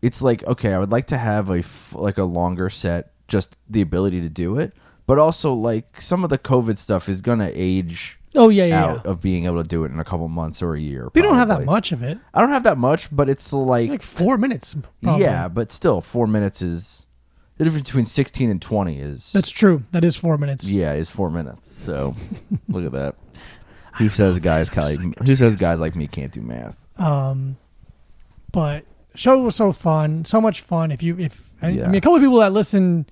[SPEAKER 1] it's like okay i would like to have a f- like a longer set just the ability to do it but also like some of the covid stuff is gonna age
[SPEAKER 2] Oh, yeah, yeah,
[SPEAKER 1] out
[SPEAKER 2] yeah.
[SPEAKER 1] of being able to do it in a couple months or a year
[SPEAKER 2] We don't have that
[SPEAKER 1] probably.
[SPEAKER 2] much of it.
[SPEAKER 1] i don't have that much but it's like,
[SPEAKER 2] Like four minutes. Probably.
[SPEAKER 1] yeah but still four minutes is the difference between 16 and 20 is
[SPEAKER 2] That's true. That is four minutes.
[SPEAKER 1] yeah is four minutes so look at that who says guys like, who says guys like me can't do math
[SPEAKER 2] but show was so fun, so much fun. If you if I
[SPEAKER 1] Yeah.
[SPEAKER 2] mean a couple of people that listen,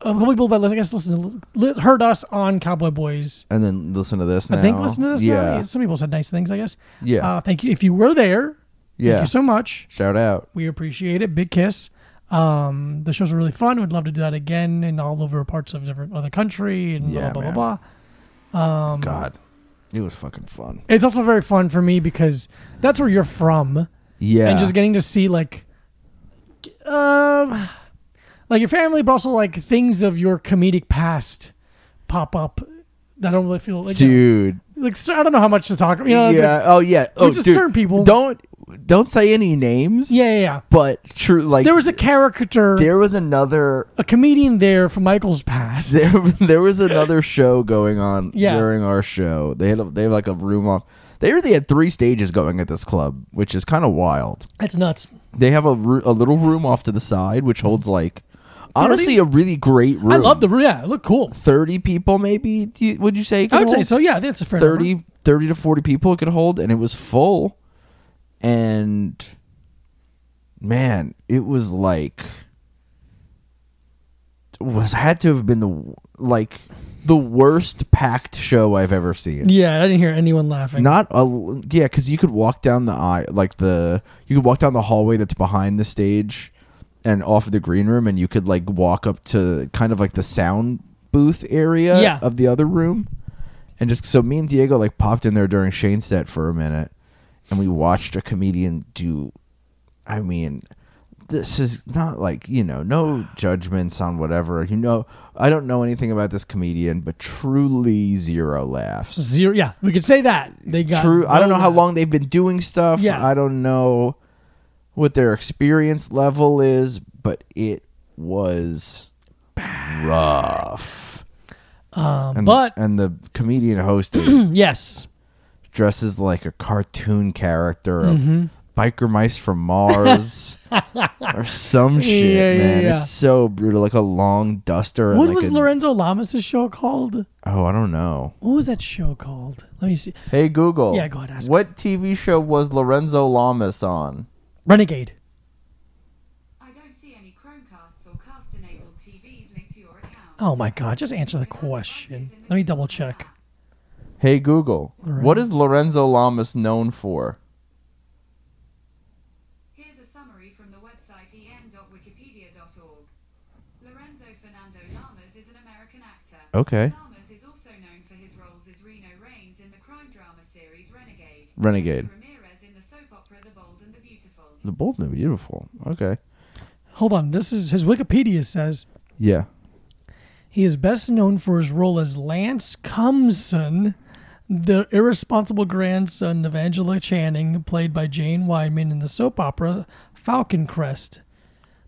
[SPEAKER 2] a couple of people that listen, I guess listen li- heard us on Cowboy Boys.
[SPEAKER 1] and then listen to this now
[SPEAKER 2] I think listen to this. now.
[SPEAKER 1] yeah
[SPEAKER 2] some people said nice things. I guess.
[SPEAKER 1] Yeah.
[SPEAKER 2] Uh, thank you if you were there.
[SPEAKER 1] Yeah.
[SPEAKER 2] Thank you so much.
[SPEAKER 1] shout out
[SPEAKER 2] We appreciate it. Big kiss. Um, the shows were really fun. We'd love to do that again in all over parts of different other country and
[SPEAKER 1] Yeah,
[SPEAKER 2] blah blah
[SPEAKER 1] man.
[SPEAKER 2] blah blah. Um,
[SPEAKER 1] god it was fucking fun
[SPEAKER 2] It's also very fun for me because that's where you're from.
[SPEAKER 1] Yeah.
[SPEAKER 2] and just getting to see like um like your family but also like things of your comedic past pop up that I don't really feel like
[SPEAKER 1] dude.
[SPEAKER 2] like so I don't know how much to talk you know it's
[SPEAKER 1] yeah.
[SPEAKER 2] like-
[SPEAKER 1] oh yeah. Oh,
[SPEAKER 2] Uh, just
[SPEAKER 1] dude,
[SPEAKER 2] certain people.
[SPEAKER 1] Don't don't say any names.
[SPEAKER 2] yeah yeah yeah
[SPEAKER 1] But true, like
[SPEAKER 2] there was a caricature
[SPEAKER 1] there was another
[SPEAKER 2] a comedian there from Michael's past
[SPEAKER 1] there, there was another show going on
[SPEAKER 2] Yeah.
[SPEAKER 1] during our show. They had a, they had like a room off. They really had three stages going at this club, which is kind of wild.
[SPEAKER 2] that's nuts
[SPEAKER 1] They have a roo- a little room off to the side, which holds like honestly a really great room.
[SPEAKER 2] Mm-hmm. I love the yeah it looked cool
[SPEAKER 1] thirty people. Maybe do you, would you say? it
[SPEAKER 2] I would
[SPEAKER 1] could
[SPEAKER 2] say
[SPEAKER 1] hold?
[SPEAKER 2] so yeah that's a fair
[SPEAKER 1] 30,
[SPEAKER 2] number.
[SPEAKER 1] 30 to 40 people it could hold and it was full and man it was like was had to have been the like the worst packed show i've ever seen
[SPEAKER 2] yeah I didn't hear anyone laughing
[SPEAKER 1] not a yeah because you could walk down the aisle like the you could walk down the hallway that's behind the stage and off of the green room and you could like walk up to kind of like the sound booth area
[SPEAKER 2] Yeah.
[SPEAKER 1] of the other room and just so me and diego like popped in there during shane's set for a minute and we watched a comedian do i mean this is not like you know no judgments on whatever you know i don't know anything about this comedian but truly zero laughs
[SPEAKER 2] zero yeah we could say that they got
[SPEAKER 1] true. I don't know
[SPEAKER 2] no
[SPEAKER 1] how
[SPEAKER 2] laugh.
[SPEAKER 1] long they've been doing stuff.
[SPEAKER 2] Yeah.
[SPEAKER 1] I don't know what their experience level is, but it was rough. Um, and
[SPEAKER 2] but-
[SPEAKER 1] the, and the comedian hosting
[SPEAKER 2] yes
[SPEAKER 1] dresses like a cartoon character of
[SPEAKER 2] Mm-hmm.
[SPEAKER 1] biker mice from Mars or some shit,
[SPEAKER 2] Yeah, yeah,
[SPEAKER 1] man.
[SPEAKER 2] yeah.
[SPEAKER 1] It's so brutal, like a long duster. and
[SPEAKER 2] what
[SPEAKER 1] like
[SPEAKER 2] was
[SPEAKER 1] a-
[SPEAKER 2] Lorenzo Lamas' show called
[SPEAKER 1] Oh, I don't know.
[SPEAKER 2] what was that show called let me see
[SPEAKER 1] Hey Google.
[SPEAKER 2] Yeah, go ahead, ask.
[SPEAKER 1] What TV show was Lorenzo Lamas on?
[SPEAKER 2] Renegade
[SPEAKER 3] I don't see any Chromecast
[SPEAKER 2] Oh my god, just answer the question. Let me double check.
[SPEAKER 1] Hey Google, what is Lorenzo Lamas known for?
[SPEAKER 3] Here's a summary from the website en.wikipedia.org. Lorenzo Fernando Lamas is an American actor.
[SPEAKER 1] Okay.
[SPEAKER 3] Lamas is also known for his roles as Reno Reigns in the crime drama series Renegade.
[SPEAKER 1] Renegade.
[SPEAKER 3] Luis Ramirez in the soap opera The Bold and the Beautiful.
[SPEAKER 1] The Bold and the Beautiful. Okay.
[SPEAKER 2] Hold on, this is his Wikipedia says
[SPEAKER 1] Yeah.
[SPEAKER 2] he is best known for his role as Lance Cumson, the irresponsible grandson of Angela Channing, played by Jane Wyman in the soap opera Falcon Crest.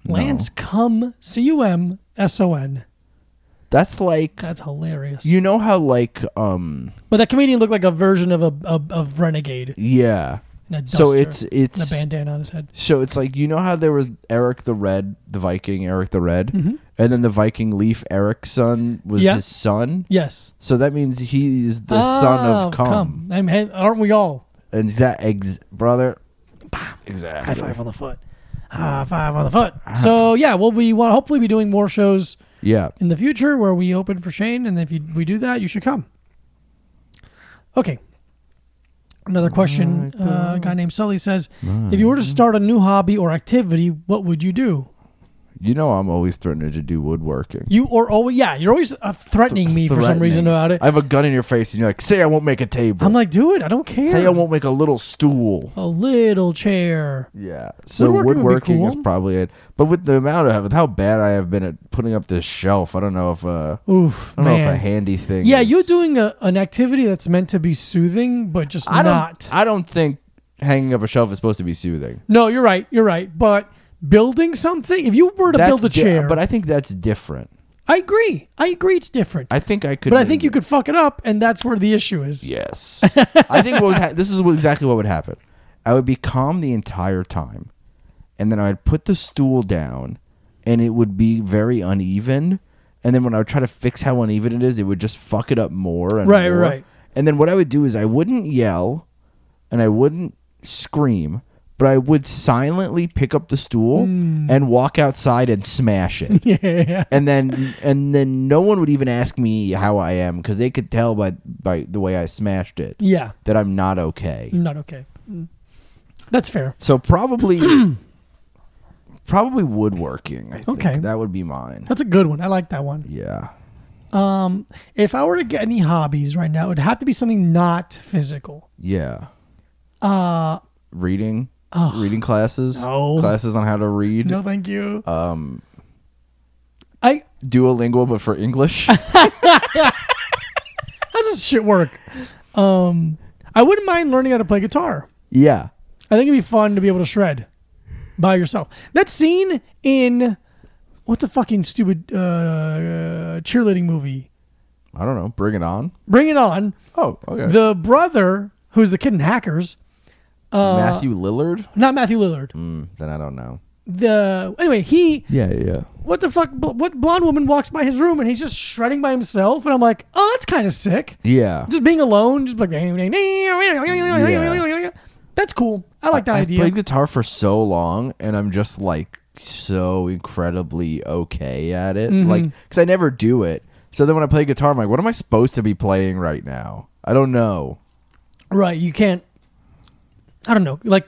[SPEAKER 2] Lance Cum C U M S O N.
[SPEAKER 1] That's like
[SPEAKER 2] That's hilarious.
[SPEAKER 1] you know how like um
[SPEAKER 2] but that comedian looked like a version of a of, of renegade.
[SPEAKER 1] yeah.
[SPEAKER 2] In a
[SPEAKER 1] So
[SPEAKER 2] duster
[SPEAKER 1] it's
[SPEAKER 2] and a
[SPEAKER 1] it's
[SPEAKER 2] bandana on his head.
[SPEAKER 1] so it's like you know how there was Eric the Red, the Viking Eric the Red, and then the Viking Leaf Eric's son was
[SPEAKER 2] Mm-hmm. Yeah. Oh,
[SPEAKER 1] his son.
[SPEAKER 2] Yes.
[SPEAKER 1] So that means he is the son of Cum.
[SPEAKER 2] I mean, aren't we all?
[SPEAKER 1] And that ex brother. Exactly.
[SPEAKER 2] High five on the foot. High five on the foot.
[SPEAKER 1] Uh-huh.
[SPEAKER 2] So yeah, we'll be well, hopefully be doing more shows
[SPEAKER 1] Yeah.
[SPEAKER 2] in the future where we open for Shane, and if you, we do that, you should come. Okay. Another question. Uh, a guy named Sully says, "If you were to start a new hobby or activity, what would you do?
[SPEAKER 1] You know I'm always threatening to do woodworking.
[SPEAKER 2] You or always, yeah, you're always uh, threatening me for some reason
[SPEAKER 1] Threatening.
[SPEAKER 2] about it.
[SPEAKER 1] I have a gun in your face, and you're like, "Say I won't make a table.
[SPEAKER 2] I'm like, do it. I don't care.
[SPEAKER 1] say I won't make a little stool."
[SPEAKER 2] a little chair.
[SPEAKER 1] Yeah. So
[SPEAKER 2] Woodworking would
[SPEAKER 1] woodworking,
[SPEAKER 2] be
[SPEAKER 1] is
[SPEAKER 2] cool.
[SPEAKER 1] probably it. But with the amount of how bad I have been at putting up this shelf, I don't know if uh,
[SPEAKER 2] Oof,
[SPEAKER 1] I don't
[SPEAKER 2] man.
[SPEAKER 1] know if a handy thing.
[SPEAKER 2] yeah,
[SPEAKER 1] is-
[SPEAKER 2] you're doing a, an activity that's meant to be soothing, but just
[SPEAKER 1] I don't.
[SPEAKER 2] not.
[SPEAKER 1] I don't think hanging up a shelf is supposed to be soothing.
[SPEAKER 2] no, you're right. You're right. But building something, if you were to
[SPEAKER 1] That's
[SPEAKER 2] build a
[SPEAKER 1] di-
[SPEAKER 2] chair,
[SPEAKER 1] but I think that's different.
[SPEAKER 2] I agree. I agree. It's different.
[SPEAKER 1] I think I could.
[SPEAKER 2] but I think you could fuck it up, and that's where the issue is.
[SPEAKER 1] Yes. I think what was ha- this is what, exactly what would happen. I would be calm the entire time, and then I would put the stool down, and it would be very uneven. And then when I would try to fix how uneven it is, it would just fuck it up more and
[SPEAKER 2] Right,
[SPEAKER 1] more.
[SPEAKER 2] right.
[SPEAKER 1] And then what I would do is I wouldn't yell, and I wouldn't scream, but I would silently pick up the stool and walk outside and smash it.
[SPEAKER 2] Hmm. Yeah.
[SPEAKER 1] and then and then no one would even ask me how I am because they could tell by by the way I smashed it
[SPEAKER 2] Yeah.
[SPEAKER 1] that I'm not okay.
[SPEAKER 2] Not okay. Mm. That's fair.
[SPEAKER 1] So probably probably woodworking. I think.
[SPEAKER 2] Okay.
[SPEAKER 1] that would be mine.
[SPEAKER 2] That's a good one. I like that one.
[SPEAKER 1] Yeah,
[SPEAKER 2] Um, if I were to get any hobbies right now, it would have to be something not physical.
[SPEAKER 1] yeah.
[SPEAKER 2] Uh,
[SPEAKER 1] Reading,
[SPEAKER 2] Ugh.
[SPEAKER 1] reading classes,
[SPEAKER 2] No.
[SPEAKER 1] classes on how to read.
[SPEAKER 2] no, thank you.
[SPEAKER 1] Um,
[SPEAKER 2] I
[SPEAKER 1] Duolingo, but for English.
[SPEAKER 2] How does this shit work? Um, I wouldn't mind learning how to play guitar.
[SPEAKER 1] yeah,
[SPEAKER 2] I think it'd be fun to be able to shred by yourself. That scene in what's a fucking stupid uh, cheerleading movie?
[SPEAKER 1] I don't know. Bring it on.
[SPEAKER 2] Bring It On.
[SPEAKER 1] Oh, okay.
[SPEAKER 2] The brother, who's the kid in Hackers,
[SPEAKER 1] Matthew Lillard.
[SPEAKER 2] not Matthew Lillard.
[SPEAKER 1] Mm, then I don't know.
[SPEAKER 2] The anyway, he
[SPEAKER 1] Yeah, yeah.
[SPEAKER 2] what the fuck? bl- What blonde woman walks by his room and he's just shredding by himself, and I'm like, oh, that's kind of sick.
[SPEAKER 1] Yeah.
[SPEAKER 2] Just being alone, just like that's cool. I like that
[SPEAKER 1] I've
[SPEAKER 2] idea.
[SPEAKER 1] played guitar for so long, and I'm just like so incredibly okay at it.
[SPEAKER 2] Mm-hmm.
[SPEAKER 1] Like, because I never do it. So then when I play guitar, I'm like, what am I supposed to be playing right now? I don't know.
[SPEAKER 2] Right. You can't. I don't know. Like,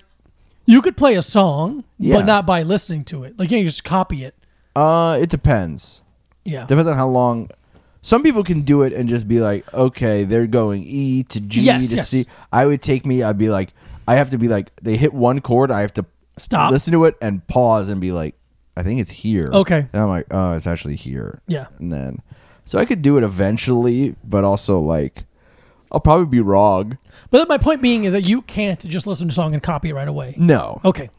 [SPEAKER 2] you could play a song,
[SPEAKER 1] Yeah.
[SPEAKER 2] but not by listening to it. Like, you can just copy it.
[SPEAKER 1] Uh, it depends.
[SPEAKER 2] Yeah.
[SPEAKER 1] Depends on how long. Some people can do it and just be like, okay, they're going E to G
[SPEAKER 2] Yes,
[SPEAKER 1] to
[SPEAKER 2] yes.
[SPEAKER 1] C. I would take me. I'd be like, I have to be like, they hit one chord. I have to
[SPEAKER 2] Stop.
[SPEAKER 1] listen to it, and pause, and be like, I think it's here.
[SPEAKER 2] Okay.
[SPEAKER 1] And I'm like, oh, it's actually here.
[SPEAKER 2] Yeah.
[SPEAKER 1] And then, so I could do it eventually, but also like, I'll probably be wrong.
[SPEAKER 2] But my point being is that you can't just listen to a song and copy it right away.
[SPEAKER 1] No.
[SPEAKER 2] Okay.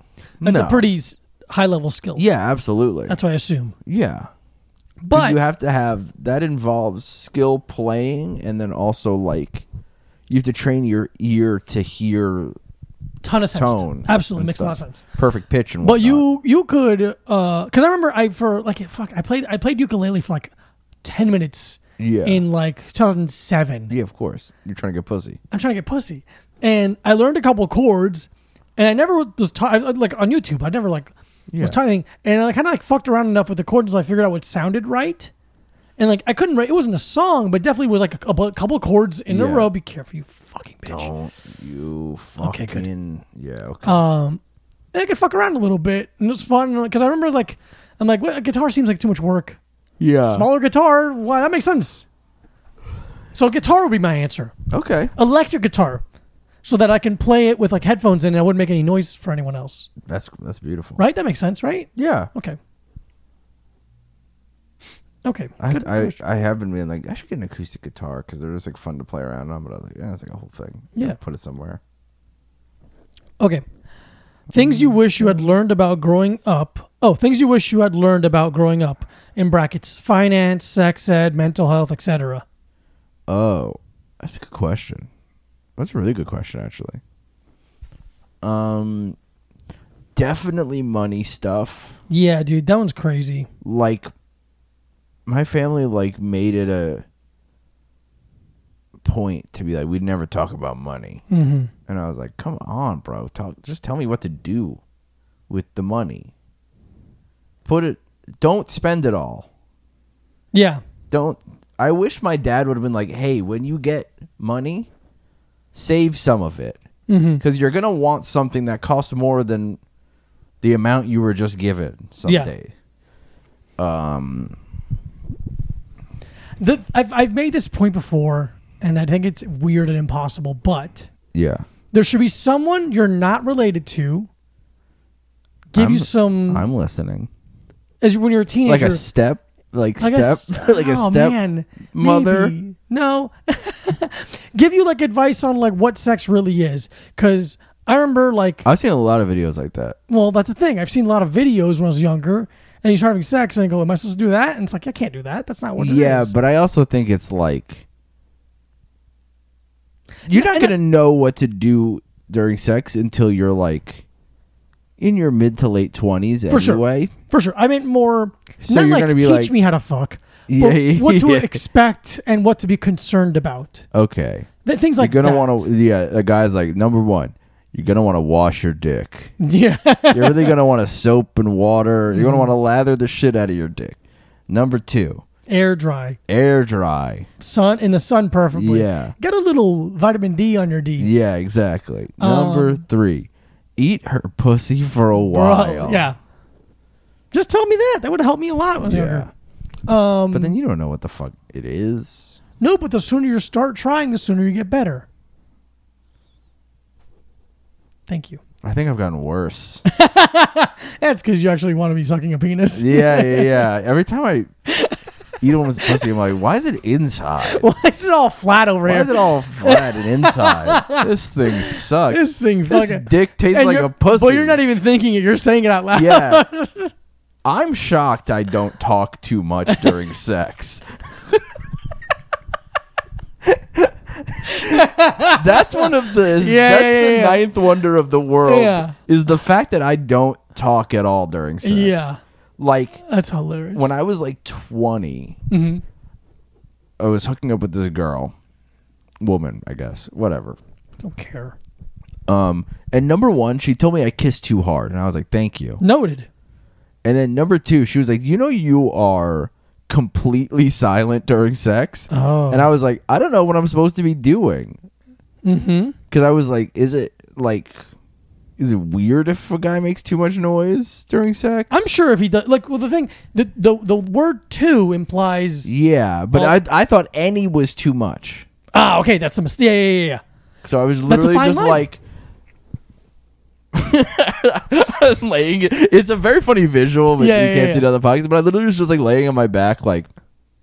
[SPEAKER 2] That's a
[SPEAKER 1] No.
[SPEAKER 2] pretty s- high level skill.
[SPEAKER 1] Yeah, absolutely.
[SPEAKER 2] That's what I assume.
[SPEAKER 1] yeah. 'Cause
[SPEAKER 2] But
[SPEAKER 1] you have to have that involves skill playing and then also like you have to train your ear to hear
[SPEAKER 2] ton of sense.
[SPEAKER 1] tone.
[SPEAKER 2] Absolutely
[SPEAKER 1] and
[SPEAKER 2] makes a lot of
[SPEAKER 1] stuff. Oh,
[SPEAKER 2] sense.
[SPEAKER 1] Perfect pitch and
[SPEAKER 2] But
[SPEAKER 1] whatnot.
[SPEAKER 2] you you could because I remember I for like fuck I played I played ukulele for like ten minutes
[SPEAKER 1] Yeah.
[SPEAKER 2] in like 2007.
[SPEAKER 1] Yeah, of course. You're trying to get pussy.
[SPEAKER 2] I'm trying to get pussy. And I learned a couple chords, and I never was taught like on YouTube. I never like
[SPEAKER 1] Yeah.
[SPEAKER 2] was taught anything, and I kind of like fucked around enough with the chords until I figured out what sounded right. And like I couldn't write. It wasn't a song, but definitely was like a, couple- a couple chords in a
[SPEAKER 1] Yeah.
[SPEAKER 2] row. Be careful, you fucking bitch.
[SPEAKER 1] Don't you
[SPEAKER 2] Okay, good.
[SPEAKER 1] fucking yeah. Okay.
[SPEAKER 2] Um, and I could fuck around a little bit, and it was fun because I remember like I'm like, what? Guitar seems like too much work.
[SPEAKER 1] yeah.
[SPEAKER 2] Smaller guitar, why? That makes sense. So guitar would be my answer.
[SPEAKER 1] Okay.
[SPEAKER 2] Electric guitar, so that I can play it with like headphones in, and I wouldn't make any noise for anyone else.
[SPEAKER 1] That's that's beautiful.
[SPEAKER 2] Right? That makes sense, right?
[SPEAKER 1] Yeah.
[SPEAKER 2] Okay. Okay.
[SPEAKER 1] I,
[SPEAKER 2] Good
[SPEAKER 1] I
[SPEAKER 2] question.
[SPEAKER 1] I have been being like I should get an acoustic guitar because they're just like fun to play around on. But I was like, yeah, it's like a whole thing.
[SPEAKER 2] Yeah.
[SPEAKER 1] Put it somewhere.
[SPEAKER 2] okay. Things you wish you had learned about growing up. Oh, things you wish you had learned about growing up. In brackets, finance, sex ed, mental health, etc.
[SPEAKER 1] Oh, that's a good question. That's a really good question, actually. Um, definitely money stuff.
[SPEAKER 2] Yeah, dude, that one's crazy.
[SPEAKER 1] Like, my family like made it a point to be like we'd never talk about money,
[SPEAKER 2] Mm-hmm.
[SPEAKER 1] and I was like, come on, bro, talk. Just tell me what to do with the money. Put it. Don't spend it all.
[SPEAKER 2] Yeah,
[SPEAKER 1] don't I wish my dad would have been like, "Hey, when you get money, save some of it
[SPEAKER 2] Mhm.
[SPEAKER 1] because you're gonna want something that costs more than the amount you were just given
[SPEAKER 2] Yeah.
[SPEAKER 1] someday." Um,
[SPEAKER 2] the, I've I've made this point before, and I think it's weird and impossible, but
[SPEAKER 1] yeah,
[SPEAKER 2] there should be someone you're not related to give
[SPEAKER 1] I'm-
[SPEAKER 2] you some
[SPEAKER 1] I'm listening.
[SPEAKER 2] as you, when you're a teenager,
[SPEAKER 1] Like a step, like
[SPEAKER 2] like
[SPEAKER 1] step,
[SPEAKER 2] a s-
[SPEAKER 1] like a
[SPEAKER 2] oh,
[SPEAKER 1] step.
[SPEAKER 2] man,
[SPEAKER 1] mother.
[SPEAKER 2] maybe. No, give you like advice on like what sex really is, because I remember like
[SPEAKER 1] I've seen a lot of videos like that.
[SPEAKER 2] well, that's the thing. I've seen a lot of videos when I was younger, and you start having sex, and I go, "Am I supposed to do that?" And it's like, I can't do that. That's not what. it
[SPEAKER 1] yeah,
[SPEAKER 2] is."
[SPEAKER 1] but I also think it's like you're not
[SPEAKER 2] and I-
[SPEAKER 1] gonna know what to do during sex until you're like in your mid to late twenties
[SPEAKER 2] For sure.
[SPEAKER 1] anyway.
[SPEAKER 2] For sure. I meant more
[SPEAKER 1] So
[SPEAKER 2] not
[SPEAKER 1] you're
[SPEAKER 2] like
[SPEAKER 1] gonna be
[SPEAKER 2] teach
[SPEAKER 1] like-
[SPEAKER 2] me how to fuck.
[SPEAKER 1] Yeah,
[SPEAKER 2] but what to
[SPEAKER 1] yeah.
[SPEAKER 2] expect and what to be concerned about.
[SPEAKER 1] Okay.
[SPEAKER 2] Th- things like
[SPEAKER 1] you're gonna
[SPEAKER 2] that.
[SPEAKER 1] wanna yeah, a guy's like, number one, you're gonna wanna wash your dick.
[SPEAKER 2] Yeah.
[SPEAKER 1] You're really gonna wanna soap and water. You're
[SPEAKER 2] Mm-hmm.
[SPEAKER 1] gonna wanna lather the shit out of your dick. Number two,
[SPEAKER 2] Air dry.
[SPEAKER 1] air dry.
[SPEAKER 2] Sun in the sun perfectly.
[SPEAKER 1] Yeah.
[SPEAKER 2] Get a little vitamin D on your D.
[SPEAKER 1] Yeah, exactly. Number
[SPEAKER 2] Um,
[SPEAKER 1] three, eat her pussy for a
[SPEAKER 2] Bro,
[SPEAKER 1] while.
[SPEAKER 2] uh, Yeah. Just tell me that. That would help me a lot when I was
[SPEAKER 1] Yeah.
[SPEAKER 2] younger. Um
[SPEAKER 1] But then you don't know what the fuck it is.
[SPEAKER 2] No, but the sooner you start trying, the sooner you get better. Thank you.
[SPEAKER 1] I think I've gotten worse.
[SPEAKER 2] That's because you actually want to be sucking a penis.
[SPEAKER 1] yeah, yeah, yeah. Every time I eat a woman's pussy, I'm like, why is it inside?
[SPEAKER 2] Why is it all flat over
[SPEAKER 1] Why
[SPEAKER 2] here?
[SPEAKER 1] is it all flat and inside? this thing sucks.
[SPEAKER 2] This thing
[SPEAKER 1] This
[SPEAKER 2] fucking-
[SPEAKER 1] dick tastes
[SPEAKER 2] And
[SPEAKER 1] like
[SPEAKER 2] you're-
[SPEAKER 1] a pussy.
[SPEAKER 2] But you're not even thinking it. You're saying it out loud.
[SPEAKER 1] Yeah. I'm shocked I don't talk too much during sex. that's one of the
[SPEAKER 2] Yeah,
[SPEAKER 1] that's
[SPEAKER 2] yeah,
[SPEAKER 1] the
[SPEAKER 2] yeah, yeah.
[SPEAKER 1] ninth wonder of the world
[SPEAKER 2] Yeah.
[SPEAKER 1] is the fact that I don't talk at all during sex.
[SPEAKER 2] Yeah.
[SPEAKER 1] Like
[SPEAKER 2] That's hilarious.
[SPEAKER 1] when I was like 20,
[SPEAKER 2] Mm-hmm.
[SPEAKER 1] I was hooking up with this girl, woman, I guess, whatever.
[SPEAKER 2] don't care.
[SPEAKER 1] Um, and number one, she told me I kissed too hard, and I was like, "Thank you."
[SPEAKER 2] Noted.
[SPEAKER 1] And then number two, she was like, "You know, you are completely silent during sex,"
[SPEAKER 2] Oh.
[SPEAKER 1] and I was like, "I don't know what I'm supposed to be doing,"
[SPEAKER 2] Mm-hmm.
[SPEAKER 1] because I was like, "Is it like, is it weird if a guy makes too much noise during sex?"
[SPEAKER 2] I'm sure if he does, like, well, the thing, the the, the word two implies.
[SPEAKER 1] Yeah, but
[SPEAKER 2] Well-
[SPEAKER 1] I I thought any was too much.
[SPEAKER 2] Ah, okay, that's a mistake. Yeah, yeah, yeah, yeah.
[SPEAKER 1] So I was
[SPEAKER 2] That's a
[SPEAKER 1] literally
[SPEAKER 2] fine
[SPEAKER 1] just
[SPEAKER 2] line.
[SPEAKER 1] like laying. It's a very funny visual, but
[SPEAKER 2] Yeah,
[SPEAKER 1] you
[SPEAKER 2] yeah,
[SPEAKER 1] can't
[SPEAKER 2] yeah.
[SPEAKER 1] see it on the podcast. But I literally was just like laying on my back, like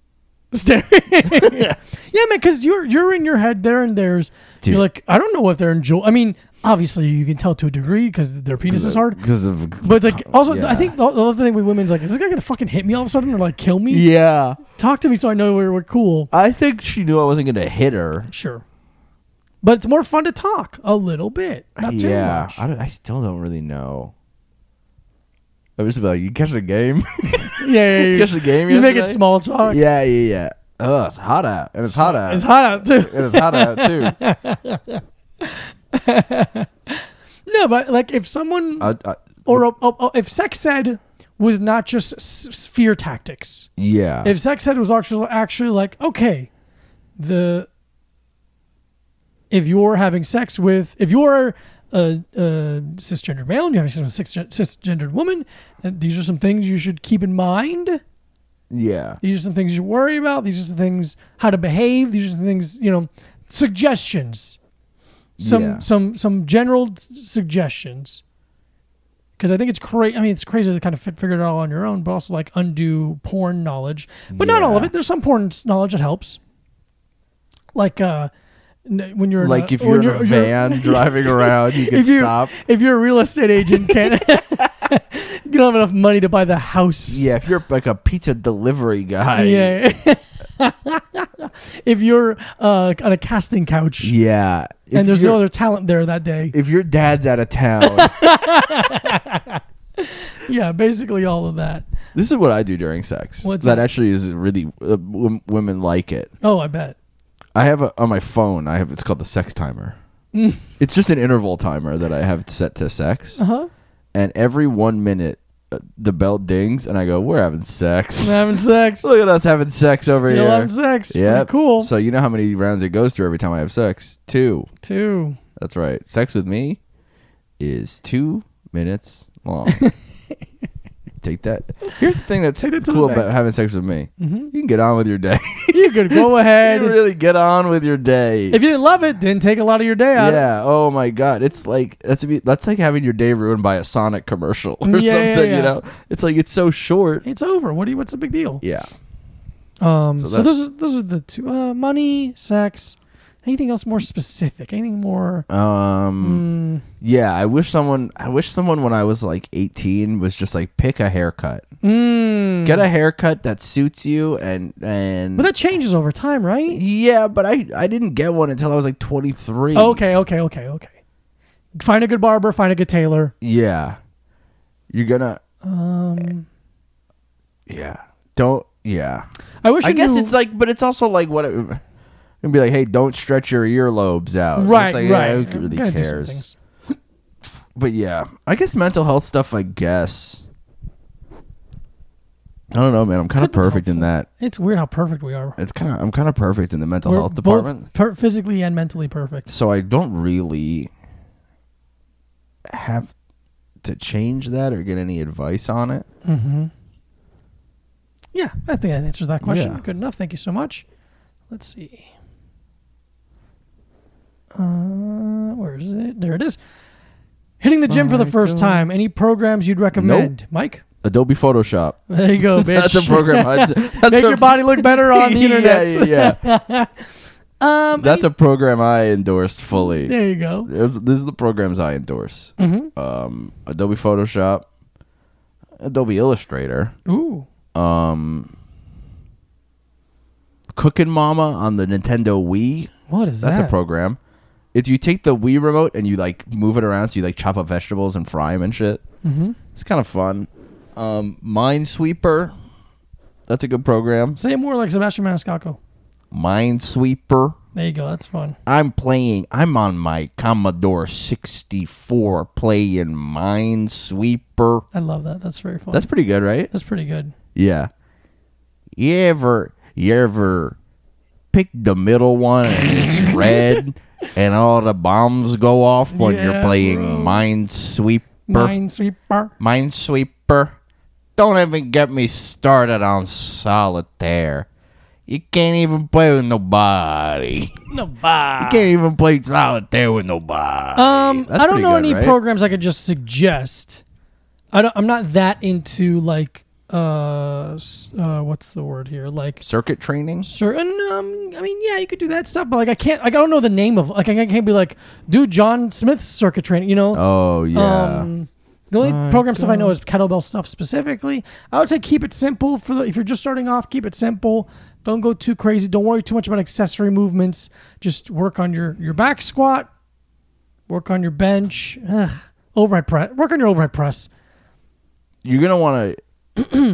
[SPEAKER 2] Staring. yeah, man, because you're you're in your head there and there's.
[SPEAKER 1] Dude.
[SPEAKER 2] You're like, I don't know what they're enjoying. I mean, obviously you can tell to a degree because their penis is hard.
[SPEAKER 1] because of.
[SPEAKER 2] But it's like also
[SPEAKER 1] Oh, Yeah.
[SPEAKER 2] I think the, the other thing with women is like, is this guy gonna fucking hit me all of a sudden or like kill me?
[SPEAKER 1] yeah,
[SPEAKER 2] Talk to me so I know we're, we're cool.
[SPEAKER 1] I think she knew I wasn't gonna hit her.
[SPEAKER 2] Sure. But it's more fun to talk a little bit, not too
[SPEAKER 1] yeah,
[SPEAKER 2] much.
[SPEAKER 1] I, don't- I still don't really know. I was just like, you catch the game,
[SPEAKER 2] yeah, yeah, yeah.
[SPEAKER 1] you catch the game.
[SPEAKER 2] You make it
[SPEAKER 1] yesterday?"
[SPEAKER 2] small talk.
[SPEAKER 1] Yeah, yeah, yeah. Oh, it's hot out, and it's hot out.
[SPEAKER 2] It's hot out too.
[SPEAKER 1] And it's hot out too.
[SPEAKER 2] No, but like if someone
[SPEAKER 1] I, I, Uh,
[SPEAKER 2] or a, a- a- if sex said, was not just s- s- fear tactics.
[SPEAKER 1] Yeah.
[SPEAKER 2] If sex ed was actually actually like okay, the if you're having sex with if you're a, a cisgendered male and you're having sex with a cis- cisgendered woman, and these are some things you should keep in mind.
[SPEAKER 1] yeah.
[SPEAKER 2] These are some things you worry about. These are some things how to behave. These are some things you know suggestions. Some
[SPEAKER 1] Yeah.
[SPEAKER 2] some some general s- suggestions. Because I think it's crazy. I mean, it's crazy to kind of fi- figure it all on your own, but also like undo porn knowledge. But not all of
[SPEAKER 1] Yeah.
[SPEAKER 2] it. There's some porn s- knowledge that helps. Like uh, n- when you're in
[SPEAKER 1] Like
[SPEAKER 2] a-
[SPEAKER 1] if
[SPEAKER 2] when
[SPEAKER 1] you're in a van driving around, you can
[SPEAKER 2] if you
[SPEAKER 1] stop.
[SPEAKER 2] if you're a real estate agent, can't you don't have enough money to buy the house?
[SPEAKER 1] Yeah, if you're like a pizza delivery guy.
[SPEAKER 2] yeah. if you're uh, on a casting couch
[SPEAKER 1] Yeah. If
[SPEAKER 2] and there's
[SPEAKER 1] you're-
[SPEAKER 2] no other talent there that day,
[SPEAKER 1] If your dad's out of town,
[SPEAKER 2] yeah, basically all of that.
[SPEAKER 1] this is what I do during sex.
[SPEAKER 2] What's
[SPEAKER 1] that
[SPEAKER 2] that?
[SPEAKER 1] actually is really uh, wom- women like it.
[SPEAKER 2] Oh, I bet.
[SPEAKER 1] I have a, on my phone. I have it's called the sex timer.
[SPEAKER 2] Mm.
[SPEAKER 1] it's just an interval timer that I have set to sex,
[SPEAKER 2] Uh huh.
[SPEAKER 1] and every one minute uh, the bell dings, and I go, "We're having sex."
[SPEAKER 2] Having sex.
[SPEAKER 1] Look at us having sex over
[SPEAKER 2] Still
[SPEAKER 1] here.
[SPEAKER 2] having sex.
[SPEAKER 1] Yeah,
[SPEAKER 2] Pretty cool.
[SPEAKER 1] So you know how many rounds it goes through every time I have sex? Two.
[SPEAKER 2] Two.
[SPEAKER 1] That's right. Sex with me is two minutes long. Take that. Here's the thing that's
[SPEAKER 2] Take that to the
[SPEAKER 1] cool
[SPEAKER 2] bank. Mm-hmm.
[SPEAKER 1] about having sex with me. You can get on with your day.
[SPEAKER 2] You could go ahead.
[SPEAKER 1] you really get on with your day.
[SPEAKER 2] if you didn't love it, didn't take a lot of your day out.
[SPEAKER 1] yeah. Oh my God. It's like that's a bit- that's like having your day ruined by a Sonic commercial or
[SPEAKER 2] Yeah, yeah,
[SPEAKER 1] something.
[SPEAKER 2] yeah.
[SPEAKER 1] You know, it's like it's so short.
[SPEAKER 2] It's over. What do you? What's the big deal?
[SPEAKER 1] Yeah.
[SPEAKER 2] Um.
[SPEAKER 1] So
[SPEAKER 2] So,
[SPEAKER 1] that's-
[SPEAKER 2] those are those are the two. Uh, money, sex. Anything else more specific? Anything more?
[SPEAKER 1] Um.
[SPEAKER 2] Mm,
[SPEAKER 1] Yeah. I wish someone. I wish someone when I was like 18 was just like pick a haircut.
[SPEAKER 2] mm.
[SPEAKER 1] Get a haircut that suits you and and.
[SPEAKER 2] But that changes over time, right?
[SPEAKER 1] Yeah, but I I didn't get one until I was like 23.
[SPEAKER 2] Oh, Okay, okay, okay, okay. Find a good barber, find a good tailor.
[SPEAKER 1] Yeah. You're gonna
[SPEAKER 2] Um,
[SPEAKER 1] yeah. Don't yeah.
[SPEAKER 2] I wish I,
[SPEAKER 1] I guess
[SPEAKER 2] knew-
[SPEAKER 1] it's like but it's also like what it, it'd be like, "Hey, don't stretch your earlobes out." And
[SPEAKER 2] right,
[SPEAKER 1] it's like, yeah,
[SPEAKER 2] right.
[SPEAKER 1] who
[SPEAKER 2] I'm
[SPEAKER 1] really
[SPEAKER 2] gonna do some
[SPEAKER 1] cares?
[SPEAKER 2] things.
[SPEAKER 1] But yeah, I guess mental health stuff, I guess. I don't know, man. I'm kind of
[SPEAKER 2] Could be
[SPEAKER 1] perfect in
[SPEAKER 2] helpful.
[SPEAKER 1] that.
[SPEAKER 2] It's weird how perfect we are.
[SPEAKER 1] It's kind of I'm kind of perfect in the mental
[SPEAKER 2] We're
[SPEAKER 1] health
[SPEAKER 2] both
[SPEAKER 1] department.
[SPEAKER 2] per- physically and mentally perfect.
[SPEAKER 1] so I don't really have to change that or get any advice on it.
[SPEAKER 2] Yeah, I think that answers that question.
[SPEAKER 1] Yeah.
[SPEAKER 2] Good enough. Thank you so much. Let's see. Uh, where is it? There it is. Hitting the gym for the first time. Any programs you'd recommend, Mike?
[SPEAKER 1] Adobe Photoshop.
[SPEAKER 2] There you go, bitch.
[SPEAKER 1] That's a program. I- That's
[SPEAKER 2] Make
[SPEAKER 1] a-
[SPEAKER 2] your body look better on the
[SPEAKER 1] Yeah,
[SPEAKER 2] internet.
[SPEAKER 1] Yeah, yeah.
[SPEAKER 2] Um,
[SPEAKER 1] That's a program I endorse fully.
[SPEAKER 2] There you go.
[SPEAKER 1] There's, this is the programs I endorse.
[SPEAKER 2] Mhm.
[SPEAKER 1] Um, Adobe Photoshop, Adobe Illustrator,
[SPEAKER 2] Ooh.
[SPEAKER 1] um, Cooking Mama on the Nintendo Wii.
[SPEAKER 2] What is
[SPEAKER 1] That's
[SPEAKER 2] that?
[SPEAKER 1] a program. It's you take the Wii remote and you like move it around, so you like chop up vegetables and fry them and shit.
[SPEAKER 2] Mm-hmm.
[SPEAKER 1] It's kind of fun. Um, Minesweeper. That's a good program.
[SPEAKER 2] Say it more like Sebastian Maniscalco.
[SPEAKER 1] Minesweeper.
[SPEAKER 2] There you go. That's fun.
[SPEAKER 1] I'm playing. I'm on my Commodore 64 playing Minesweeper.
[SPEAKER 2] I love that. That's very fun.
[SPEAKER 1] That's
[SPEAKER 2] That's,
[SPEAKER 1] pretty good, right?
[SPEAKER 2] pretty good.
[SPEAKER 1] Yeah. You ever, you ever pick the middle one and it's red and all the bombs go off when you're
[SPEAKER 2] Yeah,
[SPEAKER 1] playing
[SPEAKER 2] bro.
[SPEAKER 1] Minesweeper?
[SPEAKER 2] Minesweeper.
[SPEAKER 1] Minesweeper. Don't even get me started on solitaire. You can't even play with nobody.
[SPEAKER 2] No
[SPEAKER 1] You can't even play solitaire with nobody.
[SPEAKER 2] Um,
[SPEAKER 1] That's
[SPEAKER 2] I don't
[SPEAKER 1] pretty
[SPEAKER 2] know
[SPEAKER 1] good,
[SPEAKER 2] any
[SPEAKER 1] right?
[SPEAKER 2] programs I could just suggest. I don't. I'm not that into like uh, s- uh what's the word here? Like
[SPEAKER 1] Circuit training?
[SPEAKER 2] certain. Um, I mean, yeah, you could do that stuff, but like I can't. Like I don't know the name of. Like I can't be like, do John Smith's circuit training. You know.
[SPEAKER 1] Oh yeah.
[SPEAKER 2] Um, the only program stuff I know is kettlebell stuff specifically. I would say keep it simple for the, if you're just starting off, keep it simple. Don't go too crazy. Don't worry too much about accessory movements. Just work on your your back squat, work on your bench, Ugh. overhead press, work on your overhead press.
[SPEAKER 1] you're gonna wanna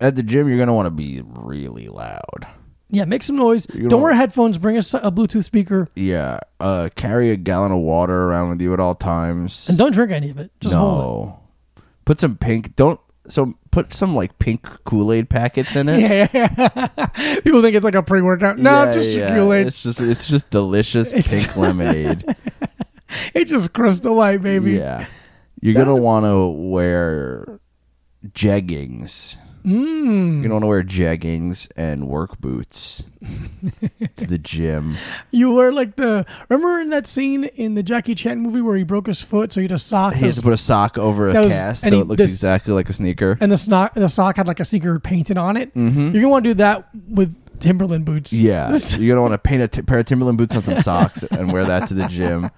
[SPEAKER 1] at the gym you're gonna wanna be really loud.
[SPEAKER 2] Yeah, make some noise.
[SPEAKER 1] You
[SPEAKER 2] Don't
[SPEAKER 1] know-
[SPEAKER 2] wear headphones. Bring a, s- a Bluetooth speaker
[SPEAKER 1] Yeah. Uh carry a gallon of water around with you at all times.
[SPEAKER 2] and don't drink any of it. Just hold
[SPEAKER 1] no. Put some pink don't so put some like pink Kool Aid packets in it.
[SPEAKER 2] Yeah, yeah. people think it's like a pre-workout. No,
[SPEAKER 1] Yeah,
[SPEAKER 2] just
[SPEAKER 1] yeah.
[SPEAKER 2] Kool-Aid.
[SPEAKER 1] It's just it's just delicious
[SPEAKER 2] It's-
[SPEAKER 1] pink lemonade.
[SPEAKER 2] It's just Crystal Light, baby.
[SPEAKER 1] Yeah, you're gonna want to wear jeggings. You're
[SPEAKER 2] Mm.
[SPEAKER 1] gonna want to wear jeggings and work boots to the gym.
[SPEAKER 2] You wear like the remember in that scene in the Jackie Chan movie where he broke his foot, so he had a sock.
[SPEAKER 1] He has to put a sock over a
[SPEAKER 2] That was-
[SPEAKER 1] cast,
[SPEAKER 2] and
[SPEAKER 1] so
[SPEAKER 2] he-
[SPEAKER 1] it looks
[SPEAKER 2] this-
[SPEAKER 1] exactly like a sneaker.
[SPEAKER 2] and the sock the sock had like a secret painted on it. You're gonna want to do that with Timberland boots.
[SPEAKER 1] Mm-hmm. Yeah, you're gonna want to paint a t- pair of Timberland boots on some socks and wear that to the gym.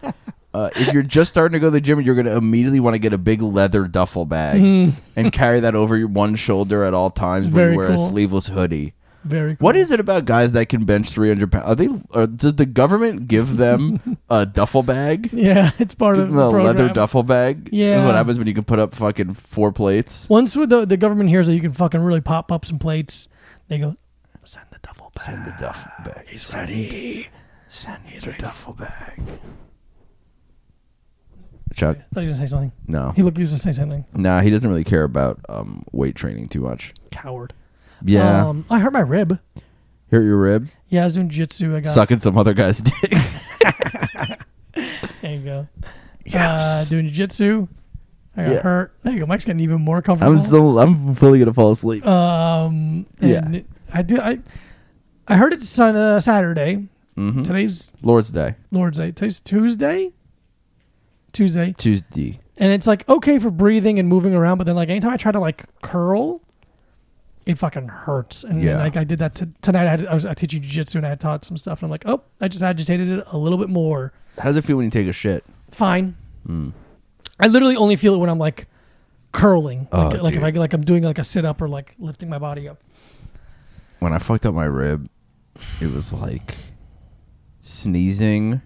[SPEAKER 1] Uh, if you're just starting to go to the gym, you're gonna immediately want to get a big leather duffel bag and carry that over your one shoulder at all times. When
[SPEAKER 2] Mm. Very
[SPEAKER 1] you wear a
[SPEAKER 2] cool.
[SPEAKER 1] sleeveless hoodie.
[SPEAKER 2] very. Cool.
[SPEAKER 1] What is it about guys that can bench 300 pounds? Are they? Or does the government give them a duffel bag?
[SPEAKER 2] Yeah, it's part
[SPEAKER 1] The
[SPEAKER 2] of the
[SPEAKER 1] leather
[SPEAKER 2] program.
[SPEAKER 1] duffel bag. is
[SPEAKER 2] Yeah.
[SPEAKER 1] what happens when you can put up fucking four plates.
[SPEAKER 2] Once with the the government hears that you can fucking really pop up some plates, they go send the duffel back.
[SPEAKER 1] Send the duffel bag.
[SPEAKER 2] He's ready.
[SPEAKER 1] Send me the duffel bag. Chuck.
[SPEAKER 2] I thought he was gonna say something.
[SPEAKER 1] No.
[SPEAKER 2] He looked. He was gonna say something.
[SPEAKER 1] No, he doesn't really care about um, weight training too much.
[SPEAKER 2] Coward.
[SPEAKER 1] Yeah.
[SPEAKER 2] Um, I hurt my rib.
[SPEAKER 1] Hurt your rib?
[SPEAKER 2] Yeah, I was doing jiu-jitsu. I got
[SPEAKER 1] Sucking some other guy's dick.
[SPEAKER 2] There you go. Uh,
[SPEAKER 1] Yes.
[SPEAKER 2] doing jiu-jitsu. I got
[SPEAKER 1] Yeah.
[SPEAKER 2] hurt. There you go. Mike's getting even more comfortable.
[SPEAKER 1] I'm still I'm fully gonna fall asleep.
[SPEAKER 2] Um. And
[SPEAKER 1] Yeah.
[SPEAKER 2] I do. I. I heard it's on uh, Saturday.
[SPEAKER 1] Mhm.
[SPEAKER 2] Today's
[SPEAKER 1] Lord's Day.
[SPEAKER 2] Lord's Day. Today's Tuesday. Tuesday,
[SPEAKER 1] Tuesday.
[SPEAKER 2] and it's like okay for breathing and moving around, but then like anytime I try to like curl, it fucking hurts. And
[SPEAKER 1] Yeah.
[SPEAKER 2] like I did that t- tonight. I, had, I was I teach you jujitsu and I had taught some stuff, and I'm like, oh, I just agitated it a little bit more.
[SPEAKER 1] How does it feel when you take a shit?
[SPEAKER 2] fine.
[SPEAKER 1] Hmm.
[SPEAKER 2] I literally only feel it when I'm like curling,
[SPEAKER 1] Oh,
[SPEAKER 2] like, like if I
[SPEAKER 1] dude.
[SPEAKER 2] like I'm doing like a sit up or like lifting my body up.
[SPEAKER 1] When I fucked up my rib, it was like sneezing.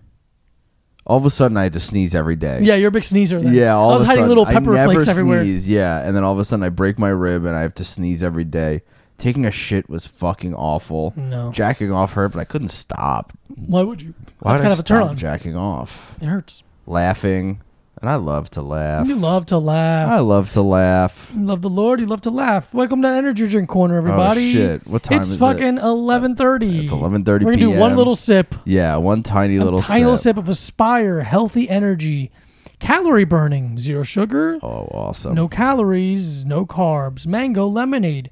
[SPEAKER 1] All of a sudden I had to sneeze every day.
[SPEAKER 2] Yeah, you're a big sneezer. Then.
[SPEAKER 1] Yeah, all
[SPEAKER 2] I was
[SPEAKER 1] of a
[SPEAKER 2] hiding
[SPEAKER 1] sudden,
[SPEAKER 2] little pepper
[SPEAKER 1] I never
[SPEAKER 2] flakes everywhere.
[SPEAKER 1] Sneeze, yeah, and then all of a sudden I break my rib and I have to sneeze every day. Taking a shit was fucking awful.
[SPEAKER 2] No.
[SPEAKER 1] Jacking off hurt, but I couldn't stop.
[SPEAKER 2] Why would you?
[SPEAKER 1] Why
[SPEAKER 2] That's
[SPEAKER 1] did
[SPEAKER 2] kind
[SPEAKER 1] I
[SPEAKER 2] of a turn
[SPEAKER 1] stop
[SPEAKER 2] on.
[SPEAKER 1] Jacking off,
[SPEAKER 2] It hurts.
[SPEAKER 1] laughing, and I love to laugh.
[SPEAKER 2] You love to
[SPEAKER 1] I
[SPEAKER 2] laugh.
[SPEAKER 1] love to laugh.
[SPEAKER 2] You love the Lord. You love to laugh. Welcome to Energy Drink Corner, everybody.
[SPEAKER 1] Oh, shit. What time
[SPEAKER 2] it's
[SPEAKER 1] is it?
[SPEAKER 2] fucking eleven thirty.
[SPEAKER 1] It's 11:30
[SPEAKER 2] We're gonna do one
[SPEAKER 1] PM.
[SPEAKER 2] little sip,
[SPEAKER 1] Yeah, one tiny little
[SPEAKER 2] tiny little
[SPEAKER 1] sip.
[SPEAKER 2] sip of Aspire Healthy Energy, calorie burning, zero sugar,
[SPEAKER 1] Oh, awesome.
[SPEAKER 2] No calories, no carbs. Mango lemonade.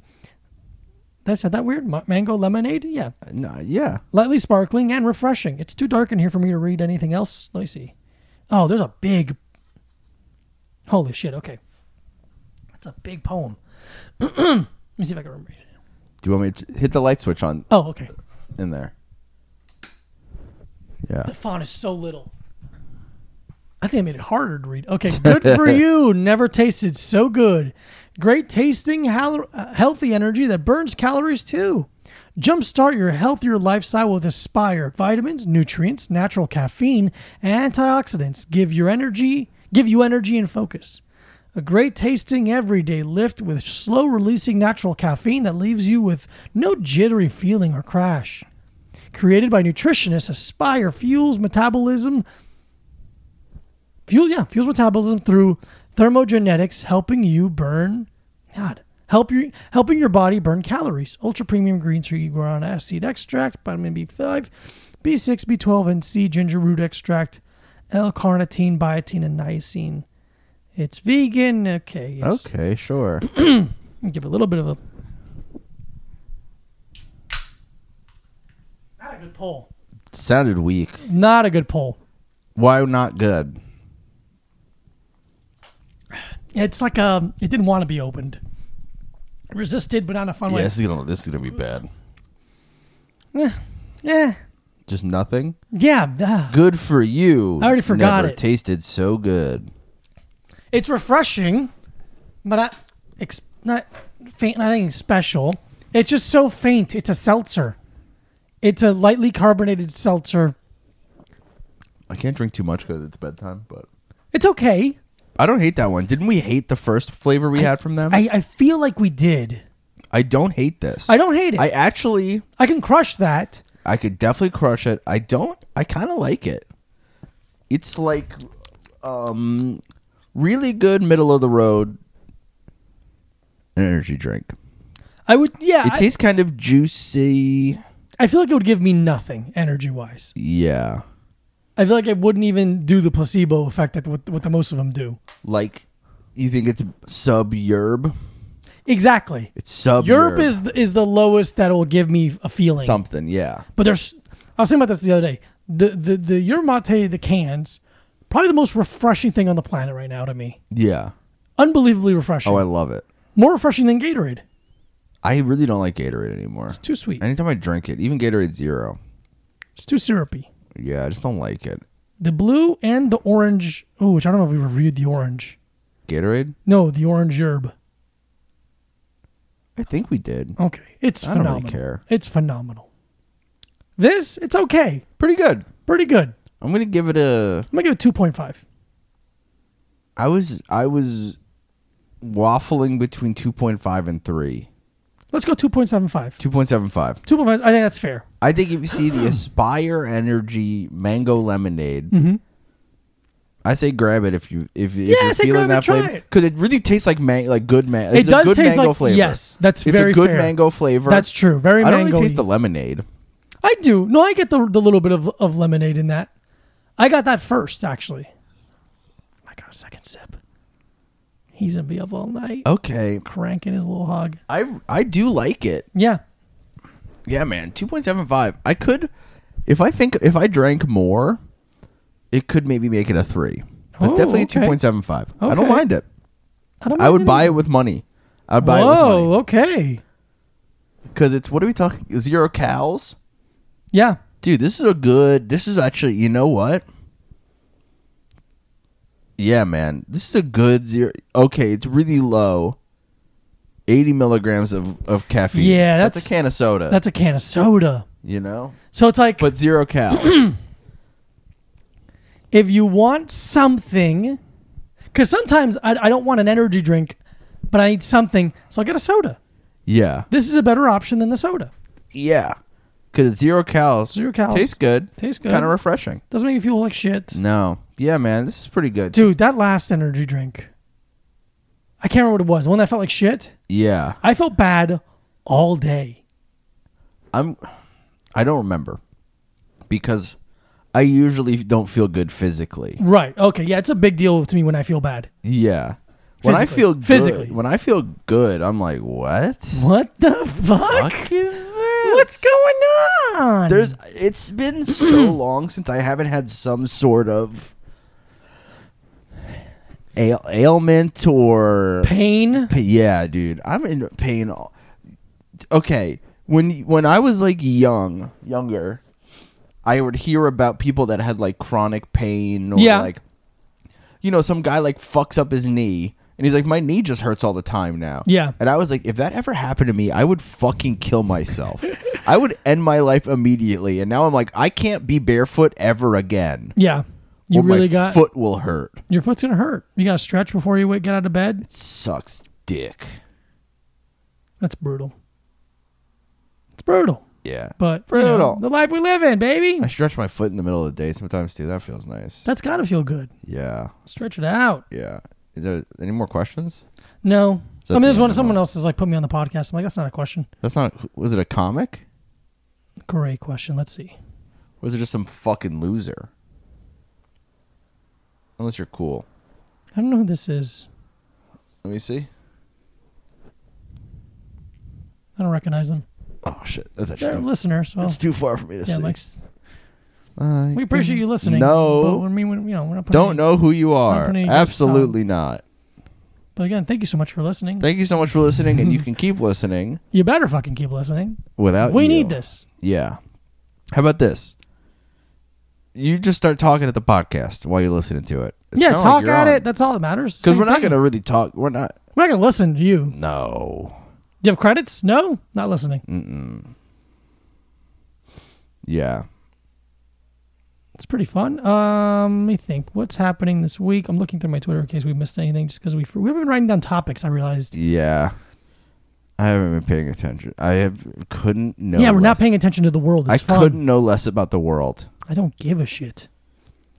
[SPEAKER 2] Did I said that weird? Ma- mango lemonade? Yeah.
[SPEAKER 1] No, yeah.
[SPEAKER 2] Lightly sparkling and refreshing. It's too dark in here for me to read anything else. Let me see. Oh, there's a big. Holy shit. Okay. That's a big poem. Let me see if I can remember it.
[SPEAKER 1] Do you want me to hit the light switch on
[SPEAKER 2] Oh, okay.
[SPEAKER 1] in there? Yeah.
[SPEAKER 2] The font is so little. I think I made it harder to read. Okay, good for you. Never tasted so good. Great tasting, hal- uh, healthy energy that burns calories too. Jumpstart your healthier lifestyle with Aspire. Vitamins, nutrients, natural caffeine, and antioxidants give your energy, give you energy and focus. A great tasting everyday lift with slow releasing natural caffeine that leaves you with no jittery feeling or crash. Created by nutritionists, Aspire fuels metabolism. Fuel, yeah, fuels metabolism through thermogenetics, helping you burn. God, help your helping your body burn calories. Ultra premium green tree guarana acid extract, vitamin B5, B6, B12, and C ginger root extract, L-carnitine, biotin, and niacin. It's vegan. Okay, it's,
[SPEAKER 1] Okay, sure.
[SPEAKER 2] Give it a little bit of a. Not a good poll.
[SPEAKER 1] Sounded weak.
[SPEAKER 2] Not a good poll.
[SPEAKER 1] Why not good?
[SPEAKER 2] It's like um, it didn't want to be opened. It resisted, but not in a fun
[SPEAKER 1] Yeah, this is gonna this is gonna be bad.
[SPEAKER 2] way. Eh,
[SPEAKER 1] Just nothing.
[SPEAKER 2] yeah, ah.
[SPEAKER 1] Good for you.
[SPEAKER 2] I already forgot
[SPEAKER 1] Never
[SPEAKER 2] it.
[SPEAKER 1] Tasted so good.
[SPEAKER 2] it's refreshing, but not ex- not faint. Nothing special. It's just so faint. It's a seltzer. It's a lightly carbonated seltzer.
[SPEAKER 1] I can't drink too much because it's bedtime, but
[SPEAKER 2] It's okay.
[SPEAKER 1] I don't hate that one. Didn't we hate the first flavor we had from them? I,
[SPEAKER 2] I, I feel like we did.
[SPEAKER 1] don't hate this.
[SPEAKER 2] I don't hate it.
[SPEAKER 1] I
[SPEAKER 2] I,
[SPEAKER 1] actually,
[SPEAKER 2] I can crush that.
[SPEAKER 1] I could definitely crush it. I don't. I kind of like it. It's like, um, really good middle of the road an energy drink.
[SPEAKER 2] I would, yeah.
[SPEAKER 1] It
[SPEAKER 2] I,
[SPEAKER 1] tastes kind of juicy.
[SPEAKER 2] I feel like it would give me nothing energy wise.
[SPEAKER 1] Yeah.
[SPEAKER 2] I feel like it wouldn't even do the placebo effect that what, what the most of them do.
[SPEAKER 1] Like, you think it's sub yerb?
[SPEAKER 2] Exactly.
[SPEAKER 1] It's sub
[SPEAKER 2] Europe is the, is the lowest that will give me a feeling.
[SPEAKER 1] something. Yeah.
[SPEAKER 2] But there's, I was thinking about this the other day. The the the your mate the cans, probably the most refreshing thing on the planet right now to me.
[SPEAKER 1] Yeah.
[SPEAKER 2] Unbelievably refreshing.
[SPEAKER 1] Oh, I love it.
[SPEAKER 2] More refreshing than Gatorade.
[SPEAKER 1] I really don't like Gatorade anymore.
[SPEAKER 2] It's too sweet.
[SPEAKER 1] Anytime I drink it, even Gatorade Zero,
[SPEAKER 2] It's too syrupy.
[SPEAKER 1] yeah, I just don't like it.
[SPEAKER 2] The blue and the orange. Oh, which I don't know if we reviewed the orange.
[SPEAKER 1] Gatorade?
[SPEAKER 2] No, the orange yerb.
[SPEAKER 1] I think we did.
[SPEAKER 2] Okay, it's
[SPEAKER 1] I don't really
[SPEAKER 2] phenomenal.
[SPEAKER 1] care.
[SPEAKER 2] It's phenomenal. This it's okay,
[SPEAKER 1] Pretty good.
[SPEAKER 2] pretty good.
[SPEAKER 1] I'm gonna give it a.
[SPEAKER 2] I'm gonna give it two point five.
[SPEAKER 1] I was I was waffling between 2.5 and 3.
[SPEAKER 2] Let's go two point seven five.
[SPEAKER 1] 2.75.
[SPEAKER 2] Two point five. I think that's fair.
[SPEAKER 1] I think if you see the Aspire Energy Mango Lemonade,
[SPEAKER 2] Mm-hmm.
[SPEAKER 1] I say grab it if you if, if
[SPEAKER 2] Yeah, I
[SPEAKER 1] you're
[SPEAKER 2] say
[SPEAKER 1] feeling
[SPEAKER 2] grab it,
[SPEAKER 1] that
[SPEAKER 2] try
[SPEAKER 1] flavor
[SPEAKER 2] it.
[SPEAKER 1] because it really tastes like man like good mango.
[SPEAKER 2] it does
[SPEAKER 1] a good
[SPEAKER 2] taste
[SPEAKER 1] mango
[SPEAKER 2] like
[SPEAKER 1] flavor.
[SPEAKER 2] yes. That's
[SPEAKER 1] it's
[SPEAKER 2] very
[SPEAKER 1] a good
[SPEAKER 2] fair.
[SPEAKER 1] mango flavor.
[SPEAKER 2] That's true. Very
[SPEAKER 1] I don't
[SPEAKER 2] mango.
[SPEAKER 1] really taste the lemonade.
[SPEAKER 2] I do. No, I get the the little bit of, of lemonade in that. I got that first actually. I got a second sip. He's gonna be up all night
[SPEAKER 1] Okay,
[SPEAKER 2] cranking his little hog.
[SPEAKER 1] I I do like it.
[SPEAKER 2] Yeah.
[SPEAKER 1] Yeah, man, two point seven five. I could, if I think if I drank more, it could maybe make it a three, but
[SPEAKER 2] Oh,
[SPEAKER 1] definitely
[SPEAKER 2] okay.
[SPEAKER 1] two point seven five. I
[SPEAKER 2] Okay.
[SPEAKER 1] don't mind it.
[SPEAKER 2] don't
[SPEAKER 1] I would
[SPEAKER 2] mind
[SPEAKER 1] buy
[SPEAKER 2] any-
[SPEAKER 1] it with money. I'd buy it with
[SPEAKER 2] Whoa.
[SPEAKER 1] money
[SPEAKER 2] Okay.
[SPEAKER 1] because it's what are we talking? Zero cows.
[SPEAKER 2] Yeah.
[SPEAKER 1] Dude, this is a good. This is actually, you know what? Yeah, man, this is a good zero. Okay, it's really low. Eighty milligrams of, of caffeine.
[SPEAKER 2] Yeah,
[SPEAKER 1] a
[SPEAKER 2] that's-
[SPEAKER 1] can of soda.
[SPEAKER 2] That's a can of soda.
[SPEAKER 1] you know,
[SPEAKER 2] So it's like
[SPEAKER 1] but zero calories.
[SPEAKER 2] if you want something, because sometimes I, I don't want an energy drink, but I need something, so I'll get a soda.
[SPEAKER 1] yeah,
[SPEAKER 2] This is a better option than the soda.
[SPEAKER 1] yeah, because it's zero calories.
[SPEAKER 2] Zero calories.
[SPEAKER 1] Tastes good.
[SPEAKER 2] Tastes good.
[SPEAKER 1] Kind of refreshing.
[SPEAKER 2] Doesn't make you feel like shit.
[SPEAKER 1] No, yeah, man, this is pretty good.
[SPEAKER 2] Dude, that last energy drink, I can't remember what it was. The one that felt like shit.
[SPEAKER 1] Yeah,
[SPEAKER 2] I felt bad all day.
[SPEAKER 1] I'm. I don't remember because I usually don't feel good physically.
[SPEAKER 2] Right. Okay. Yeah, it's a big deal to me when I feel bad.
[SPEAKER 1] Yeah. When I
[SPEAKER 2] Physically.
[SPEAKER 1] feel good,
[SPEAKER 2] Physically.
[SPEAKER 1] when I feel good, I'm like, what?
[SPEAKER 2] What the fuck?
[SPEAKER 1] fuck is this?
[SPEAKER 2] What's going on?
[SPEAKER 1] There's. It's been so long since I haven't had some sort of ail- ailment or
[SPEAKER 2] pain.
[SPEAKER 1] Pa- yeah, dude, I'm in pain. all- Okay, when when I was like young, younger, I would hear about people that had like chronic pain or
[SPEAKER 2] Yeah.
[SPEAKER 1] like, you know, some guy like fucks up his knee and he's like, my knee just hurts all the time now.
[SPEAKER 2] Yeah.
[SPEAKER 1] and I was like, if that ever happened to me, I would fucking kill myself. I would end my life immediately. And now I'm like, I can't be barefoot ever again.
[SPEAKER 2] Yeah. You
[SPEAKER 1] or my
[SPEAKER 2] really got
[SPEAKER 1] foot will hurt.
[SPEAKER 2] your foot's gonna hurt. You gotta stretch before you get out of bed.
[SPEAKER 1] Sucks, dick.
[SPEAKER 2] That's brutal. It's brutal.
[SPEAKER 1] Yeah,
[SPEAKER 2] But you know,
[SPEAKER 1] brutal.
[SPEAKER 2] the life we live in, baby.
[SPEAKER 1] I stretch my foot in the middle of the day sometimes too. That feels nice.
[SPEAKER 2] That's gotta feel good.
[SPEAKER 1] Yeah,
[SPEAKER 2] Stretch it out.
[SPEAKER 1] yeah. Is there any more questions?
[SPEAKER 2] No.
[SPEAKER 1] So
[SPEAKER 2] I mean
[SPEAKER 1] at
[SPEAKER 2] there's
[SPEAKER 1] the
[SPEAKER 2] one
[SPEAKER 1] end of
[SPEAKER 2] someone
[SPEAKER 1] the-
[SPEAKER 2] else has like put me on the podcast. I'm like, that's not a question.
[SPEAKER 1] That's not. Was it a comic?
[SPEAKER 2] Great question. Let's see.
[SPEAKER 1] Or was it just some fucking loser? Unless you're cool.
[SPEAKER 2] I don't know who this is.
[SPEAKER 1] Let me see.
[SPEAKER 2] I don't recognize them.
[SPEAKER 1] Oh shit, that's actually
[SPEAKER 2] They're
[SPEAKER 1] too,
[SPEAKER 2] listeners. So
[SPEAKER 1] that's too far for me to
[SPEAKER 2] yeah,
[SPEAKER 1] see.
[SPEAKER 2] like
[SPEAKER 1] I
[SPEAKER 2] we appreciate you listening.
[SPEAKER 1] No.
[SPEAKER 2] but I mean, we- you know, we're not putting
[SPEAKER 1] don't
[SPEAKER 2] any-
[SPEAKER 1] know who you are.
[SPEAKER 2] Company just,
[SPEAKER 1] Absolutely not.
[SPEAKER 2] But again, thank you so much for listening.
[SPEAKER 1] Thank you so much for listening, and you can keep listening
[SPEAKER 2] you better fucking keep listening.
[SPEAKER 1] without.
[SPEAKER 2] we
[SPEAKER 1] you.
[SPEAKER 2] need this.
[SPEAKER 1] Yeah. How about this? You just start talking at the podcast while you're listening to it. It's
[SPEAKER 2] yeah,
[SPEAKER 1] kinda
[SPEAKER 2] talk
[SPEAKER 1] like you're
[SPEAKER 2] at
[SPEAKER 1] on.
[SPEAKER 2] it. That's all that matters.
[SPEAKER 1] Because
[SPEAKER 2] Same
[SPEAKER 1] we're not
[SPEAKER 2] thing.
[SPEAKER 1] going to really talk. We're not.
[SPEAKER 2] We're not gonna listen to you.
[SPEAKER 1] No.
[SPEAKER 2] You have credits? No, not listening.
[SPEAKER 1] Mm. Yeah.
[SPEAKER 2] It's pretty fun. Um, let me think. What's happening this week? I'm looking through my Twitter in case we missed anything, just because we we haven't been writing down topics. I realized.
[SPEAKER 1] Yeah. I haven't been paying attention. I have couldn't know.
[SPEAKER 2] yeah, we're not
[SPEAKER 1] less-
[SPEAKER 2] paying attention to the world. It's
[SPEAKER 1] I
[SPEAKER 2] fun.
[SPEAKER 1] couldn't know less about the world.
[SPEAKER 2] I don't give a shit.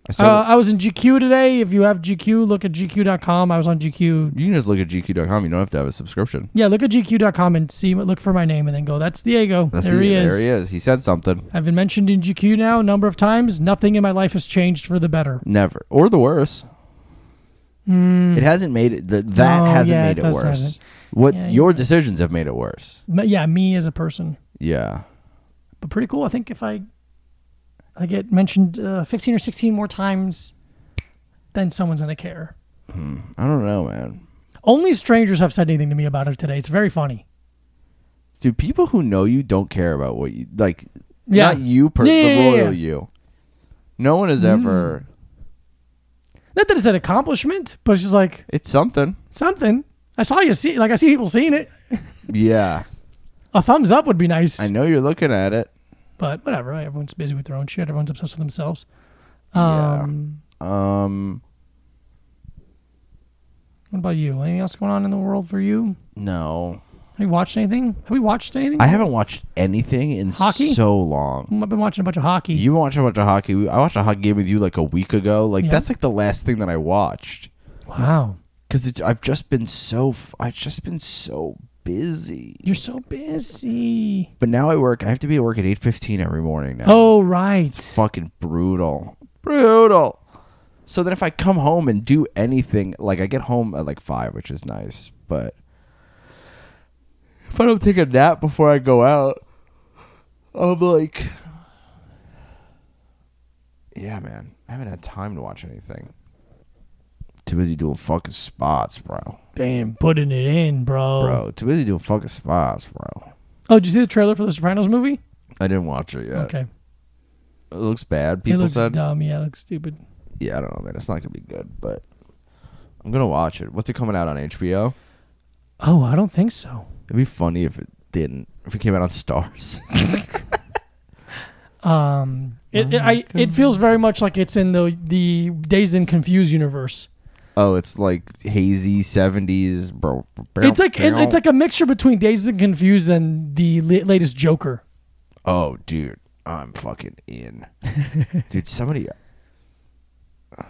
[SPEAKER 1] I
[SPEAKER 2] Uh,
[SPEAKER 1] saw.
[SPEAKER 2] I was in GQ today. If you have GQ, look at GQ.com. I was on GQ.
[SPEAKER 1] you can just look at GQ.com. You don't have to have a subscription.
[SPEAKER 2] Yeah, look at GQ.com and see. Look for my name and then go. That's Diego.
[SPEAKER 1] That's
[SPEAKER 2] there
[SPEAKER 1] the,
[SPEAKER 2] he is.
[SPEAKER 1] There he is. He said something.
[SPEAKER 2] I've been mentioned in GQ now a number of times. Nothing in my life has changed for the better.
[SPEAKER 1] Never or the worse. It hasn't made it. Th- that
[SPEAKER 2] No,
[SPEAKER 1] hasn't
[SPEAKER 2] Hmm. Oh, yeah,
[SPEAKER 1] made
[SPEAKER 2] it
[SPEAKER 1] it
[SPEAKER 2] does
[SPEAKER 1] worse.
[SPEAKER 2] hasn't.
[SPEAKER 1] What
[SPEAKER 2] Yeah,
[SPEAKER 1] your
[SPEAKER 2] you're
[SPEAKER 1] decisions have made it worse.
[SPEAKER 2] But yeah, me as a person.
[SPEAKER 1] Yeah.
[SPEAKER 2] But pretty cool. I think if I I get mentioned uh, 15 or 16 more times, then someone's going to care.
[SPEAKER 1] I don't know, man.
[SPEAKER 2] Only strangers have said anything to me about it today. It's very funny.
[SPEAKER 1] Do people who know you don't care about what you like?
[SPEAKER 2] Yeah.
[SPEAKER 1] Not you, per-
[SPEAKER 2] Yeah, yeah,
[SPEAKER 1] the
[SPEAKER 2] yeah,
[SPEAKER 1] royal
[SPEAKER 2] yeah. Hmm.
[SPEAKER 1] you. No one has ever.
[SPEAKER 2] Not that it's an accomplishment, but it's just like
[SPEAKER 1] It's something.
[SPEAKER 2] something. I saw you see, like I see people seeing it.
[SPEAKER 1] Yeah.
[SPEAKER 2] A thumbs up would be nice,
[SPEAKER 1] I know you're looking at it.
[SPEAKER 2] but whatever. right? Everyone's busy with their own shit. Everyone's obsessed with themselves.
[SPEAKER 1] Yeah.
[SPEAKER 2] Um,
[SPEAKER 1] Um.
[SPEAKER 2] What about you? Anything else going on in the world for you?
[SPEAKER 1] No.
[SPEAKER 2] Have you watched anything? Have we watched anything?
[SPEAKER 1] I haven't watched anything in
[SPEAKER 2] Hockey?
[SPEAKER 1] so long.
[SPEAKER 2] I've been watching a bunch of hockey.
[SPEAKER 1] You watch a bunch of hockey. We- I watched a hockey game with you like a week ago. Like
[SPEAKER 2] Yeah.
[SPEAKER 1] that's like the last thing that I watched
[SPEAKER 2] wow,
[SPEAKER 1] because I've just been so f- I've just been so busy.
[SPEAKER 2] you're so busy.
[SPEAKER 1] But now I work. I have to be at work at eight fifteen every morning now.
[SPEAKER 2] Oh right.
[SPEAKER 1] fucking brutal, brutal. So then if I come home and do anything, like I get home at like five, which is nice, but if I don't take a nap before I go out, I'm like, yeah, man, I haven't had time to watch anything. Too busy doing fucking spots, bro.
[SPEAKER 2] Damn, putting it in, bro.
[SPEAKER 1] Bro, too busy doing fucking spots, bro.
[SPEAKER 2] Oh, did you see the trailer for the Sopranos movie?
[SPEAKER 1] I didn't watch it yet.
[SPEAKER 2] okay,
[SPEAKER 1] It looks bad.
[SPEAKER 2] it
[SPEAKER 1] Uh, People
[SPEAKER 2] looks
[SPEAKER 1] said
[SPEAKER 2] dumb. Yeah, it looks stupid.
[SPEAKER 1] yeah, I don't know, man. It's not gonna be good, but I'm gonna watch it. What's it coming out on HBO?
[SPEAKER 2] Oh, I don't think so.
[SPEAKER 1] It'd be funny if it didn't. If it came out on Stars.
[SPEAKER 2] Um, it it, I, it feels very much like it's in the the Dazed and Confused universe.
[SPEAKER 1] oh, it's like hazy '70s, bro.
[SPEAKER 2] it's like it, it's like a mixture between Dazed and Confused and the la- latest Joker.
[SPEAKER 1] oh, dude, I'm fucking in, dude. Somebody, uh,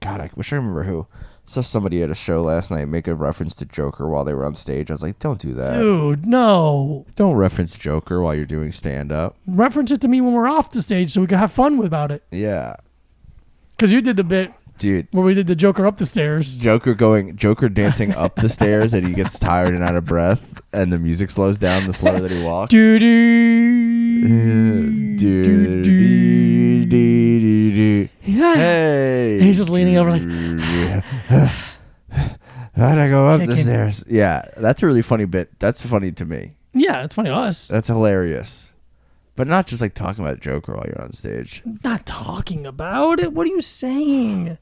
[SPEAKER 1] God, I wish I remember who. Saw somebody at a show last night make a reference to Joker while they were on stage. I was like, don't do that.
[SPEAKER 2] Dude, no.
[SPEAKER 1] Don't reference Joker while you're doing stand up.
[SPEAKER 2] Reference it to me when we're off the stage so we can have fun with- about it.
[SPEAKER 1] Yeah,
[SPEAKER 2] Because you did the bit
[SPEAKER 1] dude.
[SPEAKER 2] where we did the Joker up the stairs.
[SPEAKER 1] Joker going, Joker dancing up the stairs, and he gets tired and out of breath, and the music slows down the slower that he walks.
[SPEAKER 2] Duty.
[SPEAKER 1] Hey,
[SPEAKER 2] Yeah. He's just leaning over like-
[SPEAKER 1] How'd I go up the
[SPEAKER 2] Kicking.
[SPEAKER 1] stairs? Yeah, that's a really funny bit. That's funny to me.
[SPEAKER 2] Yeah, it's funny to us.
[SPEAKER 1] That's hilarious. But not just like talking about Joker while you're on stage.
[SPEAKER 2] Not talking about it. What are you saying?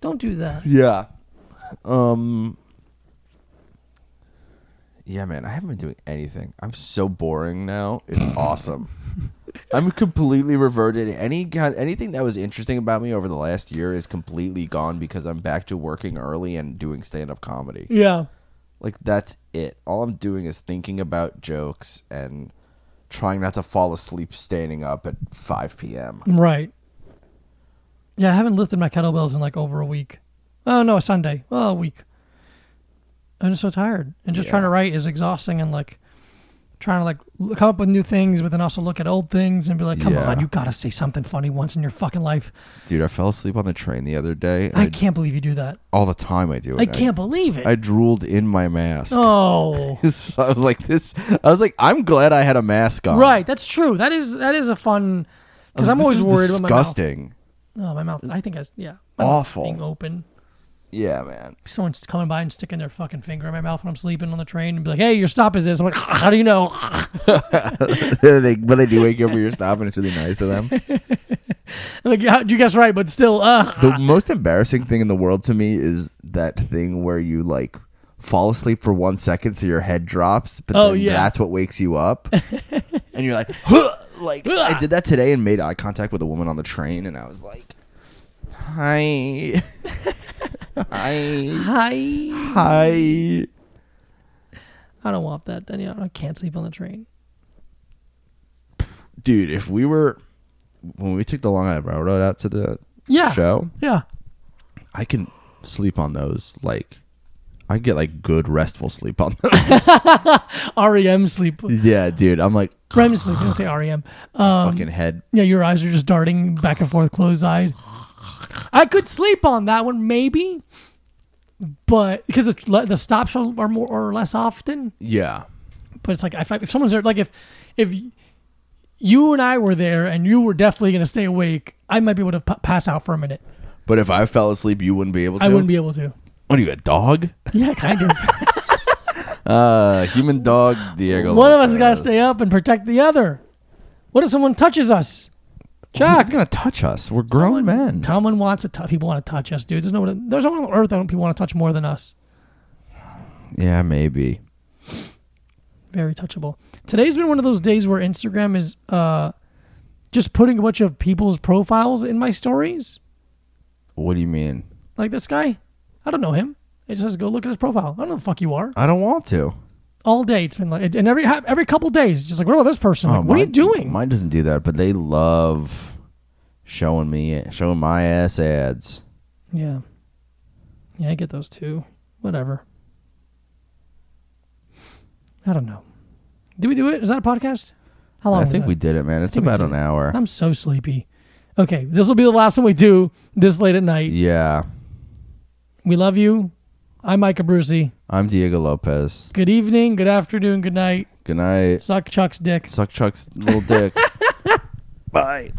[SPEAKER 2] Don't do that.
[SPEAKER 1] Yeah. Um. Yeah, man, I haven't been doing anything. I'm so boring now. It's awesome. I'm completely reverted. Any kind, anything that was interesting about me over the last year is completely gone because I'm back to working early and doing stand-up comedy.
[SPEAKER 2] Yeah.
[SPEAKER 1] Like that's it. All I'm doing is thinking about jokes and trying not to fall asleep standing up at 5 p.m.
[SPEAKER 2] Right. Yeah, I haven't lifted my kettlebells in like over a week. Oh no, a Sunday. Oh, a week. I'm just so tired, and just trying to
[SPEAKER 1] Yeah.
[SPEAKER 2] write is exhausting, and like trying to like l- come up with new things, but then also look at old things and be like, come
[SPEAKER 1] Yeah.
[SPEAKER 2] on, you gotta say something funny once in your fucking life.
[SPEAKER 1] Dude, I fell asleep on the train the other day. and
[SPEAKER 2] I can't believe you do that.
[SPEAKER 1] all the time I do it.
[SPEAKER 2] I can't believe it.
[SPEAKER 1] I drooled in my mask.
[SPEAKER 2] oh,
[SPEAKER 1] I was like this. I was like, I'm glad I had a mask on.
[SPEAKER 2] right. That's true. That is that is a fun
[SPEAKER 1] I
[SPEAKER 2] because
[SPEAKER 1] was like,
[SPEAKER 2] I'm
[SPEAKER 1] Oh, this
[SPEAKER 2] always
[SPEAKER 1] is
[SPEAKER 2] worried
[SPEAKER 1] Disgusting.
[SPEAKER 2] about my mouth. Oh, my mouth. I think I s- yeah. my mouth
[SPEAKER 1] Awful.
[SPEAKER 2] Being open.
[SPEAKER 1] Yeah, man.
[SPEAKER 2] someone's coming by and sticking their fucking finger in my mouth when I'm sleeping on the train and be like, "Hey, your stop is this." I'm like, "How do you know?"
[SPEAKER 1] they, but they do wake you up when you're stopping. It's really nice of them.
[SPEAKER 2] I'm like, "Yeah, you guess right, but still, uh,
[SPEAKER 1] The most embarrassing thing in the world to me is that thing where you like fall asleep for one second, so your head drops, but
[SPEAKER 2] Oh,
[SPEAKER 1] then
[SPEAKER 2] yeah.
[SPEAKER 1] that's what wakes you up, and you're like, "Huh," like I did that today and made eye contact with a woman on the train, and I was like, hi, hi,
[SPEAKER 2] hi.
[SPEAKER 1] hi.
[SPEAKER 2] I don't want that. Then you know, I can't sleep on the train.
[SPEAKER 1] dude, if we were when we took the Long Island Railroad out to the
[SPEAKER 2] Yeah.
[SPEAKER 1] show,
[SPEAKER 2] Yeah.
[SPEAKER 1] I can sleep on those. Like, I get like good restful sleep on those.
[SPEAKER 2] REM E sleep.
[SPEAKER 1] yeah, dude. I'm like
[SPEAKER 2] REM sleep. I didn't say REM. Um,
[SPEAKER 1] fucking head.
[SPEAKER 2] E Yeah, your eyes are just darting back and forth, closed eyed. I could sleep on that one, maybe, but because the, le- the stops are are more or less often.
[SPEAKER 1] Yeah.
[SPEAKER 2] But it's like if, I, if someone's there, like if if you and I were there and you were definitely going to stay awake, I might be able to p- pass out for a minute.
[SPEAKER 1] But if I fell asleep, you wouldn't be able to.
[SPEAKER 2] I wouldn't be able to.
[SPEAKER 1] What are you, a dog?
[SPEAKER 2] Yeah, kind of.
[SPEAKER 1] Uh, human dog, Diego.
[SPEAKER 2] one of us has got to
[SPEAKER 1] Lopez.
[SPEAKER 2] stay up and protect the other. What if someone touches us? Chuck,
[SPEAKER 1] Who's gonna touch us? We're grown men.
[SPEAKER 2] Tomlin wants to touch. People want to touch us, dude. There's no one. There's no one on earth that people want to touch more than us.
[SPEAKER 1] yeah, maybe.
[SPEAKER 2] Very touchable. Today's been one of those days where Instagram is uh, just putting a bunch of people's profiles in my stories.
[SPEAKER 1] What do you mean?
[SPEAKER 2] Like this guy, I don't know him. It just says go look at his profile. I don't know the fuck you are.
[SPEAKER 1] I don't want to.
[SPEAKER 2] All day it's been like, and every every couple days, just like where about this person? Like, what are you
[SPEAKER 1] Oh, mine-
[SPEAKER 2] doing?
[SPEAKER 1] Mine doesn't do that, but they love showing me showing my ass ads.
[SPEAKER 2] Yeah. Yeah, I get those too. Whatever. I don't know. Did we do it? Is that a podcast? How long?
[SPEAKER 1] I
[SPEAKER 2] was
[SPEAKER 1] think
[SPEAKER 2] that?
[SPEAKER 1] we did it, man. It's
[SPEAKER 2] think we
[SPEAKER 1] about
[SPEAKER 2] did
[SPEAKER 1] an
[SPEAKER 2] it.
[SPEAKER 1] hour.
[SPEAKER 2] I'm so sleepy. Okay, this will be the last one we do this late at night.
[SPEAKER 1] yeah,
[SPEAKER 2] We love you. I'm Micah Brucey.
[SPEAKER 1] I'm Diego Lopez.
[SPEAKER 2] Good evening, good afternoon, good night.
[SPEAKER 1] Good night.
[SPEAKER 2] Suck Chuck's dick.
[SPEAKER 1] Suck Chuck's little dick. Bye.